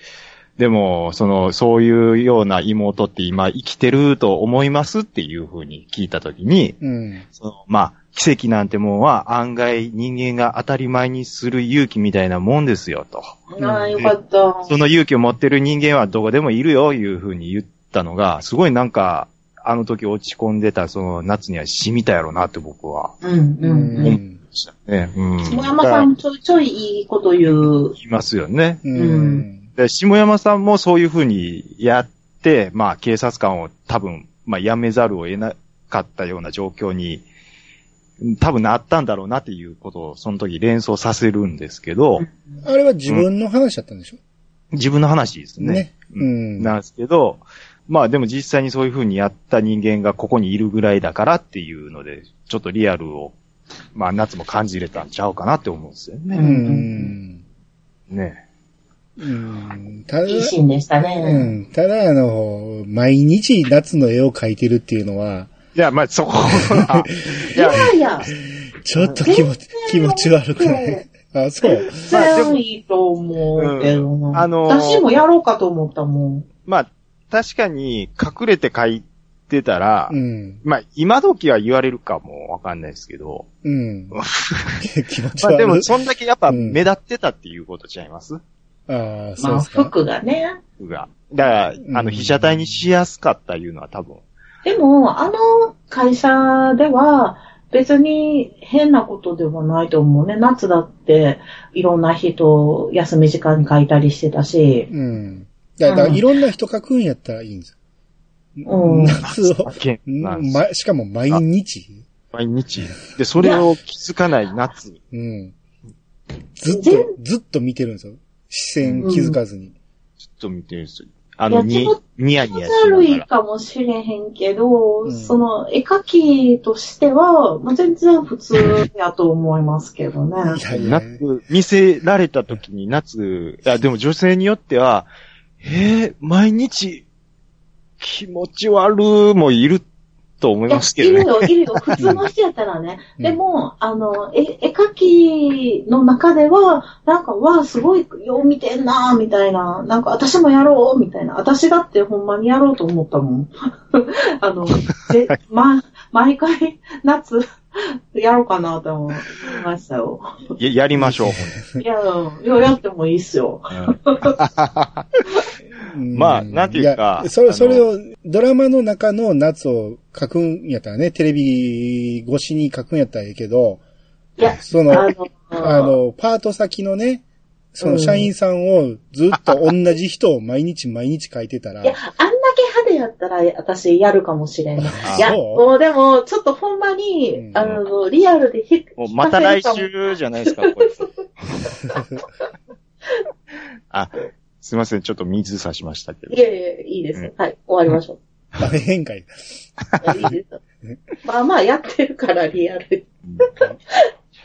Speaker 3: でも、その、そういうような妹って今生きてると思いますっていうふうに聞いたときに、
Speaker 2: うん。
Speaker 3: その、まあ、奇跡なんてもんは案外人間が当たり前にする勇気みたいなもんですよと。
Speaker 1: ああ、よかった。
Speaker 3: その勇気を持ってる人間はどこでもいるよ、いうふうに言ったのが、すごいなんか、あの時落ち込んでた、その、夏には染みたやろなって僕は。
Speaker 1: うん
Speaker 2: う
Speaker 1: うんうん。
Speaker 2: ん。
Speaker 3: ね、うん。
Speaker 1: 下山さん、ちょいちょいいいこと言う。
Speaker 3: いますよね。
Speaker 2: う
Speaker 1: うん
Speaker 2: ん。
Speaker 3: で、下山さんもそういうふうにやって、まあ、警察官を多分、まあ、辞めざるを得なかったような状況に、多分なったんだろうなっていうことを、その時連想させるんですけど、
Speaker 2: あれは自分の話だったんでしょ
Speaker 3: 自分の話ですね。
Speaker 2: ね
Speaker 3: う
Speaker 2: うん。
Speaker 3: なんですけど、まあでも実際にそういうふうにやった人間がここにいるぐらいだからっていうので、ちょっとリアルを、まあ夏も感じれたんちゃうかなって思うんですよ
Speaker 2: う
Speaker 3: ね。
Speaker 2: ん。
Speaker 3: ね。
Speaker 2: うん。ただ、
Speaker 1: いいシーンでした
Speaker 2: う
Speaker 1: ね。
Speaker 2: ん。ただ、あの、毎日夏の絵を描いてるっていうのは、
Speaker 3: いや、まあそ こは、い
Speaker 1: い
Speaker 3: や、
Speaker 1: やいや、
Speaker 2: ちょっと気持ち、気持ち悪くない。あ、そう。
Speaker 1: 全然いいと思うけどな。
Speaker 3: うんあのー
Speaker 1: 私もやろうかと思ったもん。
Speaker 3: まあ確かに隠れて書いてたら、
Speaker 2: うん。
Speaker 3: まあ今時は言われるかもわかんないですけど、
Speaker 2: うん。気持ち
Speaker 3: まあ
Speaker 2: 悪
Speaker 3: で
Speaker 2: い
Speaker 3: も。そんだけやっぱ
Speaker 2: うん
Speaker 3: 目立ってたっていうことちゃいます
Speaker 2: ああ、そ
Speaker 1: ま
Speaker 2: う
Speaker 1: あ、
Speaker 2: ですか。
Speaker 1: 服がね。
Speaker 3: が。だから、あ
Speaker 2: うん
Speaker 3: の被写体にしやすかったいうのは多分、
Speaker 1: でも、あの会社では、別に変なことではないと思うね。夏だって、いろんな人、休み時間に書いたりしてたし。
Speaker 2: うん。だから、いろんな人描くんやったらいいんです
Speaker 1: う
Speaker 2: よ。
Speaker 1: ん。
Speaker 2: 夏を
Speaker 3: あ。けんなんですよ
Speaker 2: ま、しかも毎日。
Speaker 3: 毎日。で、それを気づかない夏。
Speaker 2: うん。ずっと、ずっと見てるんですよ。視線気づかずに。
Speaker 3: ちょっと見てるんですよ。あの、
Speaker 1: いや
Speaker 3: に
Speaker 1: ちょっ、
Speaker 3: ニヤニ
Speaker 1: 気持
Speaker 3: ヤし
Speaker 1: ち悪
Speaker 3: ないがら。
Speaker 1: かもしれへんけど、
Speaker 2: うん
Speaker 1: その、絵描きとしては、まあ、全然普通やと思いますけどね。
Speaker 2: いやいや、
Speaker 3: 夏、見せられた時に夏、いや、でも女性によっては、えー、毎日、気持ち悪もいると思い
Speaker 1: いや
Speaker 3: ますけど
Speaker 1: い
Speaker 3: ね
Speaker 1: る。よ、いるよ。普通の人やったらね。
Speaker 2: うん
Speaker 1: でも、あの、絵、絵描きの中では、なんか、わあ、すごい、よう見てんなみたいな。なんか、私もやろうみたいな。私だってほんまにやろうと思ったもん。 あの、 ぜ、ま、毎回、夏、やろうかなと思いましたよ。
Speaker 3: ややりましょう。
Speaker 1: いや、いややってもいいっすよ。
Speaker 2: うん
Speaker 3: まあなんていうか
Speaker 2: やそれ、
Speaker 3: あの
Speaker 2: それを、ドラマの中の夏を書くんやったらね、テレビ越しに書くんやったらええけど、
Speaker 1: いや
Speaker 2: そ
Speaker 1: あ
Speaker 2: の、
Speaker 1: の、
Speaker 2: あの、パート先のね、その社員さんをずっと同じ人を毎日毎日書いてたら
Speaker 1: いや、、あんだけ派手やったら、私やるかもしれん。い
Speaker 2: あ
Speaker 1: や、
Speaker 2: そう
Speaker 1: もうでも、ちょっとほんまに、
Speaker 2: うん
Speaker 1: あの、リアルでひ
Speaker 3: もうまた来。
Speaker 1: 引っ掛ける
Speaker 3: 週じゃないで すか、これ。あ、すいません、ちょっと水差しましたけ
Speaker 1: かも
Speaker 3: ど
Speaker 1: い。やいや、いいですよ。はい、終わりましょう。
Speaker 2: あれ変かい。
Speaker 1: いやいいですよ。まあまあ、やってるから、リアル。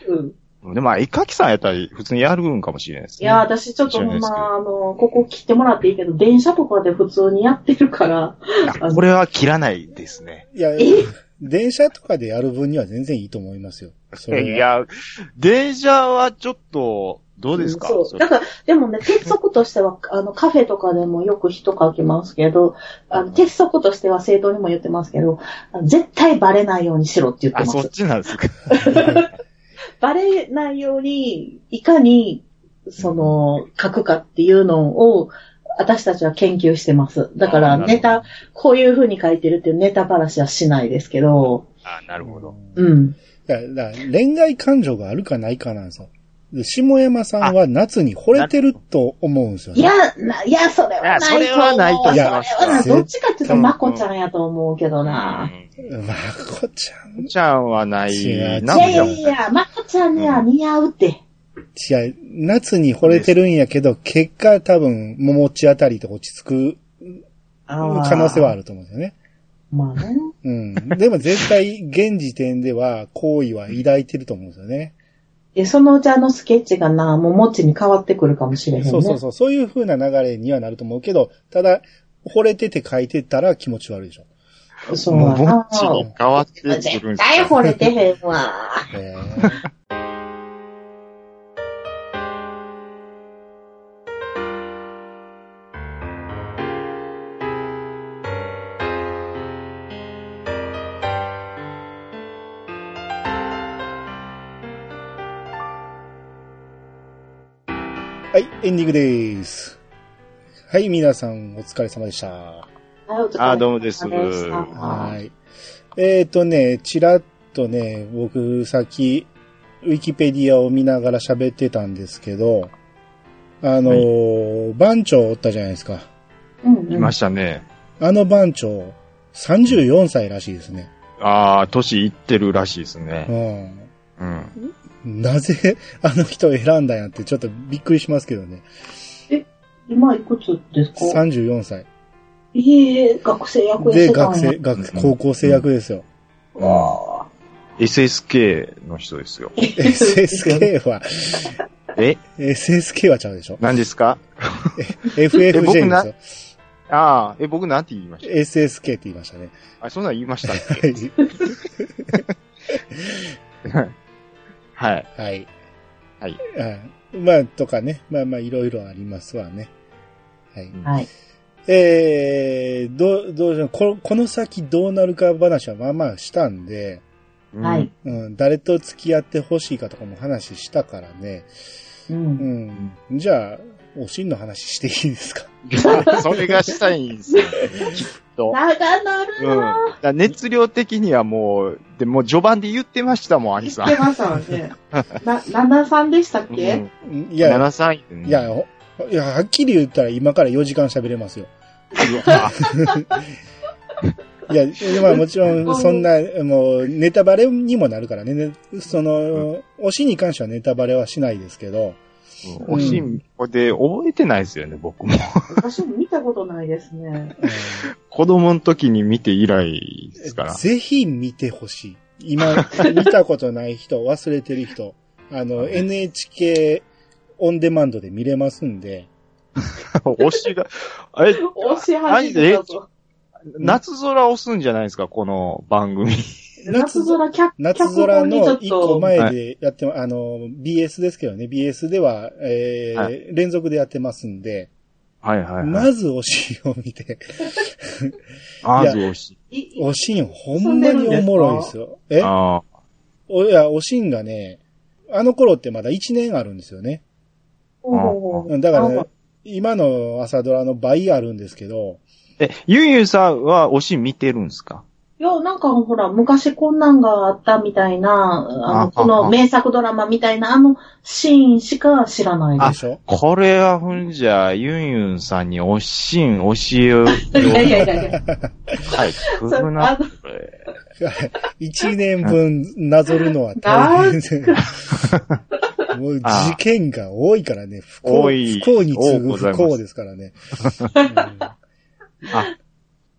Speaker 1: うん。
Speaker 3: うんでも、まあ絵描きさんやったら普通にやるんかもしれないです
Speaker 1: い
Speaker 3: ね。
Speaker 1: や、私ちょっとほん
Speaker 3: 一緒ですけど
Speaker 1: ま、あの、ここ切ってもらっていいけど、電車とかで普通にやってるから、
Speaker 3: あこれは切らないですね。
Speaker 2: いや
Speaker 1: え、
Speaker 2: 電車とかでやる分には全然いいと思いますよ。そ
Speaker 3: い
Speaker 2: れは、
Speaker 3: や、電車はちょっと、どうですか、
Speaker 1: ん
Speaker 3: そ
Speaker 1: そう。
Speaker 3: れ
Speaker 1: だから、でもね、鉄則としては、 あの、カフェとかでもよく人書きますけど、あの、鉄則としては正当にも言ってますけど、あの絶対バレないようにしろって言って
Speaker 3: あ、
Speaker 1: ま
Speaker 3: そっ
Speaker 1: す。
Speaker 3: ちなんですか。
Speaker 1: バレないように、いかに、その、書くかっていうのを、私たちは研究してます。だか
Speaker 3: あ
Speaker 1: ら、
Speaker 3: なるほど
Speaker 1: ネタ、こういう風に書いてるっていうネタ話はしないですけど、
Speaker 3: あ、なるほど。
Speaker 1: うん。
Speaker 2: だからだから恋愛感情があるかないかなんですよ。で下山さんは夏に惚れてると思うんですよ
Speaker 1: い
Speaker 2: ね。
Speaker 1: や、な、いや、それはない
Speaker 3: あそれはないと
Speaker 1: 思う
Speaker 3: 思い
Speaker 1: それ
Speaker 2: ま
Speaker 1: は
Speaker 3: す
Speaker 1: などっちかっていうと、
Speaker 3: うん
Speaker 1: まこちゃんやと思うけどな。
Speaker 2: まこちゃん
Speaker 3: ちゃんはない
Speaker 2: 違う
Speaker 3: ない
Speaker 1: や
Speaker 3: ん
Speaker 1: いや
Speaker 3: か
Speaker 1: いや、まこちゃんには似合うって。
Speaker 2: 違う、夏に惚れてるんやけど、結果多分、桃地あたりと落ち着く可能性はあ
Speaker 1: る。
Speaker 2: ると思うんですよね。
Speaker 1: まあね。
Speaker 2: うん。でも絶対、現時点では、好意は抱いてると思うんですよね。
Speaker 1: で、そのうちあのスケッチがな、もうもっちに変わってくるかもしれへんね。
Speaker 2: そうそうそう。そういう風な流れにはなると思うけど、ただ、惚れてて書いてたら気持ち悪いでしょ。
Speaker 1: う。そう
Speaker 3: も
Speaker 1: や
Speaker 3: う、ぼ
Speaker 1: な
Speaker 3: っちに変わってくるんです
Speaker 1: 絶対
Speaker 3: か
Speaker 1: 惚れてへんわ。
Speaker 2: えーはい、エンディングです。はい、皆さんお疲れ様でした。
Speaker 3: あどうもです
Speaker 2: は。
Speaker 1: はい
Speaker 2: えっ、とね、ちらっとね、僕、さっき、ウィキペディアを見ながら喋ってたんですけど、あのー番長おったじゃないですか。
Speaker 1: い。うん、うん。
Speaker 3: いましたね。
Speaker 2: あの番長、34歳らしいですね。
Speaker 3: ああ、年いってるらしいですね。うん。
Speaker 2: うん。なぜ、あの人を選んだんやって、ちょっとびっくりしますけどね。
Speaker 1: 今いくつですか
Speaker 2: 34歳。
Speaker 1: いえ、学生役やっ
Speaker 2: で、
Speaker 1: てたん
Speaker 2: 学
Speaker 1: や
Speaker 2: 生、学、高校生役ですよ。
Speaker 1: わ
Speaker 3: SSK の人ですよ。
Speaker 2: SSK は、
Speaker 3: え
Speaker 2: SSK はちゃうでしょ。
Speaker 3: 何ですか
Speaker 2: FFJ
Speaker 3: 僕な
Speaker 2: で
Speaker 3: ああ、え、僕なんて言いまし
Speaker 2: すよ。SSK って言いましたね。
Speaker 3: たあ、そんなん言いましたっ
Speaker 2: はい。
Speaker 3: け はい。
Speaker 2: はい。
Speaker 3: はい
Speaker 2: うん。まあ、とかね。まあまあ、いろいろありますわね。はい。
Speaker 1: ー はい。
Speaker 2: えー、どう、どうしようこ。この先どうなるか話はまあまあしたんで、
Speaker 3: うん
Speaker 1: はい。。
Speaker 2: うん、誰と付き合ってほしいかとかも話したからね。
Speaker 1: う。
Speaker 2: うんん。じゃあ、おしんの話していいですか
Speaker 3: それがしたいんですよ。きっと。
Speaker 1: 長なる
Speaker 3: うん。だ
Speaker 1: な
Speaker 3: から熱量的にはもう、でもう序盤で言ってましたもん、ア
Speaker 1: ぁ。
Speaker 3: ニ
Speaker 1: 言
Speaker 3: さ
Speaker 1: って
Speaker 3: ん。
Speaker 1: ましたわ ね。な、73でしたっけ、
Speaker 3: うん
Speaker 2: うんいや、
Speaker 3: 7歳。うん
Speaker 2: いや、、ほいや、はっきり言ったら今から4時間喋れますよ。いや、まあもちろん、そんな、もう、ネタバレにもなるからね。ねその、推しに関してはネタバレはしないですけど、
Speaker 3: うんおしんこで覚えてないですよね、僕も。
Speaker 1: 私も見たことないです ね。
Speaker 3: 子供の時に見て以来ですから。
Speaker 2: ぜひ見てほしい。今、見たことない 人、忘れてる人、あの、NHK オンデマンドで見れますんで、
Speaker 3: 押し が、あれ、
Speaker 1: 押し始めたぞ。
Speaker 3: 夏空押すんじゃないですか、この番組。
Speaker 1: 夏空脚
Speaker 2: 夏空の一個
Speaker 1: 脚本にちょっと
Speaker 2: 前でやっても、あの、BS ですけどね、BS では、えー
Speaker 3: は
Speaker 2: 連続でやってますんで、
Speaker 3: はいはい、はい。
Speaker 2: まずおしんを見て、
Speaker 3: まず押し。
Speaker 1: いい
Speaker 2: おしんほんまにおもろいですよ。え
Speaker 3: ああ。
Speaker 2: お、いや、おしんがね、あの頃ってまだ1年あるんですよね。
Speaker 1: ほうほうほ
Speaker 2: う
Speaker 1: うん
Speaker 2: だから
Speaker 1: あ
Speaker 2: ね
Speaker 1: ま、
Speaker 2: 今の朝ドラの倍あるんですけど、
Speaker 3: え、ゆうゆうさんは押し見てるんですか
Speaker 1: いや、なんかほら、昔こんなんがあったみたいな、あ
Speaker 3: あ
Speaker 1: の、こ
Speaker 3: あ
Speaker 1: の
Speaker 3: あ
Speaker 1: 名作ドラマみたいな、あのシーンしか知らない
Speaker 2: で
Speaker 1: です。
Speaker 2: しょ
Speaker 3: これはふんじゃ、ゆんゆんさんにおしん、おしえを、はい、
Speaker 1: いやいやいやいや。
Speaker 3: くぐな、これ。
Speaker 2: 一年分なぞるのは大変で。 もう事件が多いからね、不幸、
Speaker 3: 多い
Speaker 2: 不幸に次ぐ
Speaker 3: 多うござい
Speaker 2: 不
Speaker 3: ます
Speaker 2: 幸ですから ね。
Speaker 3: あ、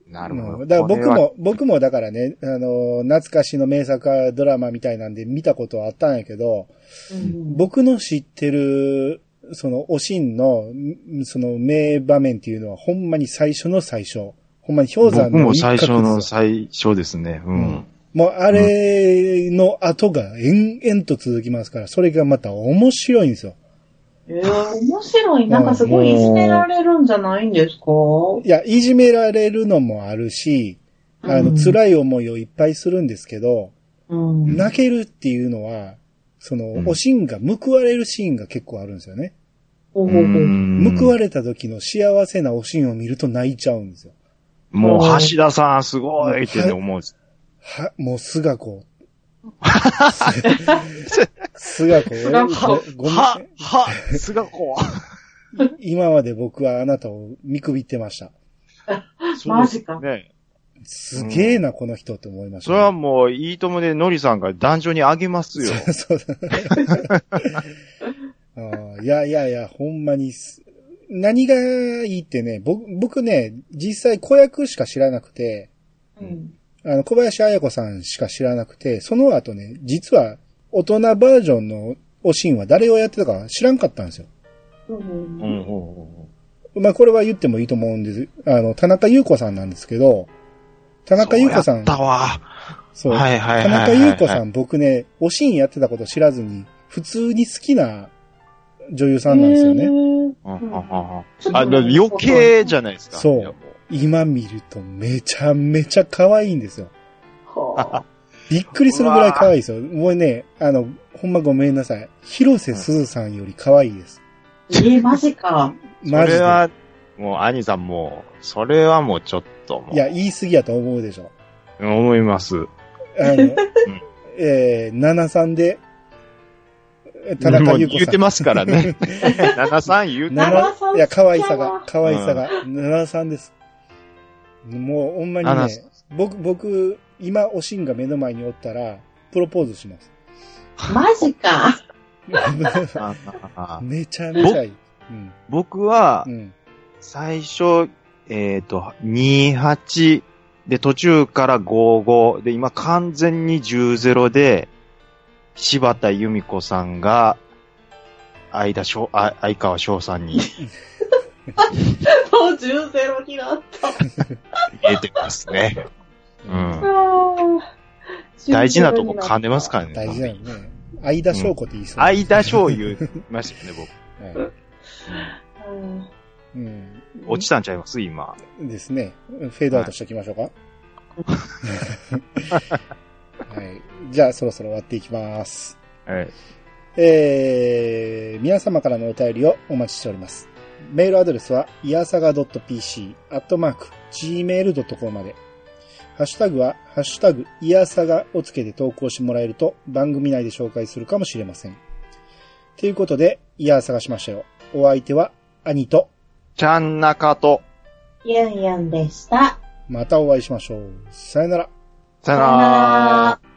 Speaker 3: な
Speaker 2: う
Speaker 3: るほ
Speaker 2: ん
Speaker 3: ど。
Speaker 2: だから僕
Speaker 3: これは。
Speaker 2: も、僕もだからね、あの、懐かしの名作ドラマみたいなんで見たことはあったんやけど、
Speaker 1: うん
Speaker 2: 僕の知ってる、その、おしんの、んその、名場面っていうのは、ほんまに最初の最初。ほんまに氷山
Speaker 3: 僕
Speaker 2: の
Speaker 3: も
Speaker 2: 一角
Speaker 3: 最
Speaker 2: です
Speaker 3: 初
Speaker 2: よ
Speaker 3: の最初ですね。う
Speaker 2: うん
Speaker 3: ん。
Speaker 2: もう、あれの後が延々と続きますから、それがまた面白いんですよ。
Speaker 1: えー、面白い。なんかすごいいじめられるんじゃないんですか
Speaker 2: いや、いじめられるのもあるし、あの、
Speaker 1: うん
Speaker 2: 辛い思いをいっぱいするんですけど、
Speaker 1: うん。
Speaker 2: 泣けるっていうのは、その、
Speaker 3: うん
Speaker 2: おしんが報われるシーンが結構あるんですよね。
Speaker 1: ほうほうほう
Speaker 2: 報
Speaker 3: 報
Speaker 2: われた時の幸せなおしんを見ると泣いちゃうんですよ。
Speaker 3: もう、橋田さん、すごいってね思うんです。
Speaker 2: は、もう、すが こ。すがこ、
Speaker 1: 菅子
Speaker 2: ごごめん
Speaker 3: は、は、すがこ。
Speaker 2: 今まで僕はあなたを見くびってました。
Speaker 1: マジか
Speaker 3: ね。
Speaker 2: すげえな、この人って思いました
Speaker 3: そ
Speaker 2: ね、
Speaker 3: れはもう、いいともで、のりさんが壇上にあげますよ。
Speaker 2: そうそうだ あーいやいやいや、ほんまにす、何がいいってね、僕、僕ね、実際子役しか知らなくて、
Speaker 1: うん。
Speaker 2: あの、小林彩子さんしか知らなくて、その後ね、実は大人バージョンのおしんは誰をやってたか知らんかったんですよ。
Speaker 1: う。
Speaker 3: うんんほ
Speaker 2: まあ、これは言ってもいいと思うんです。あの、田中優子さんなんですけど、田
Speaker 3: う
Speaker 2: 中優子さ
Speaker 3: や
Speaker 2: ん
Speaker 3: っ、たわ。
Speaker 2: そう、
Speaker 3: はいはいはい
Speaker 2: 田
Speaker 3: はい。
Speaker 2: 中優子さ
Speaker 3: ん。
Speaker 2: ん、僕ね、おしんやってたこと知らずに、普通に好きな女優さんなんですよ
Speaker 1: へ
Speaker 2: ね。
Speaker 1: ー
Speaker 3: うんうんうんうん
Speaker 1: ちょっと
Speaker 3: あ、だ余計じゃないですか。
Speaker 2: そう
Speaker 3: いやも
Speaker 2: 今見るとめちゃめちゃ可愛いんですよ。
Speaker 1: は
Speaker 2: びっくりするぐらい可愛いですよ。もうね、あの、ほんまごめんなさい。広瀬すずさんより可愛いです。
Speaker 1: あえ、マジか。
Speaker 3: そ
Speaker 2: マジ
Speaker 3: れ
Speaker 2: で。
Speaker 3: は、もう、兄さんもう、それはもうちょっともう、
Speaker 2: いや、言い過ぎやと思うでしょ。
Speaker 3: 思います。
Speaker 2: あ の、えー、73で、田中優
Speaker 3: も
Speaker 2: 子
Speaker 3: う言
Speaker 2: さ
Speaker 3: って
Speaker 2: ん。
Speaker 3: ますか らね。73言うて
Speaker 2: な
Speaker 3: ま
Speaker 2: な
Speaker 3: す。
Speaker 1: 73
Speaker 2: いや、可愛さ
Speaker 1: ちっちゃい
Speaker 2: が
Speaker 1: な、
Speaker 2: 可愛さが、73です。もう、ほんまにね、僕、僕、今、おしんが目の前におったら、プロポーズし ます。
Speaker 1: マジか。
Speaker 3: あああ
Speaker 2: めちゃめちゃいい。うん。
Speaker 3: 僕は
Speaker 2: う、ん。
Speaker 3: 最初、えっ、と、28で、途中から55で、今完全に10-0で、柴田由美子さんが、相田翔、あ相川翔さんに
Speaker 1: もう10ゼロになった。
Speaker 3: 入れてます ね。うん。大
Speaker 1: 大
Speaker 3: 事なとこ噛んでますからね。
Speaker 2: 大事だよね。相田翔子って言いそう。
Speaker 3: 相田翔言いましたよね、
Speaker 2: は
Speaker 1: ら。うん
Speaker 2: いうん。
Speaker 3: 僕。落ちたんちゃいます今。
Speaker 2: ですね。フェードアウトしときましょうか。 はい。じゃあ、そろそろ終わっていきます。
Speaker 3: はい。
Speaker 2: えー、皆様からのお便りをお待ちしております。メールアドレスは、いやさが .pc、アットマーク、gmail.com まで。ハッシュタグは、ハッシュタグ、いやさがをつけて投稿してもらえると、番組内で紹介するかもしれません。ということで、いやさがしましたよ。お相手は、兄と、
Speaker 3: ちゃんなかと、
Speaker 1: ユンユンでした。
Speaker 2: またお会いしましょう。さよなら。
Speaker 3: さよ
Speaker 1: さよ
Speaker 3: な
Speaker 1: な
Speaker 3: ら
Speaker 1: ら。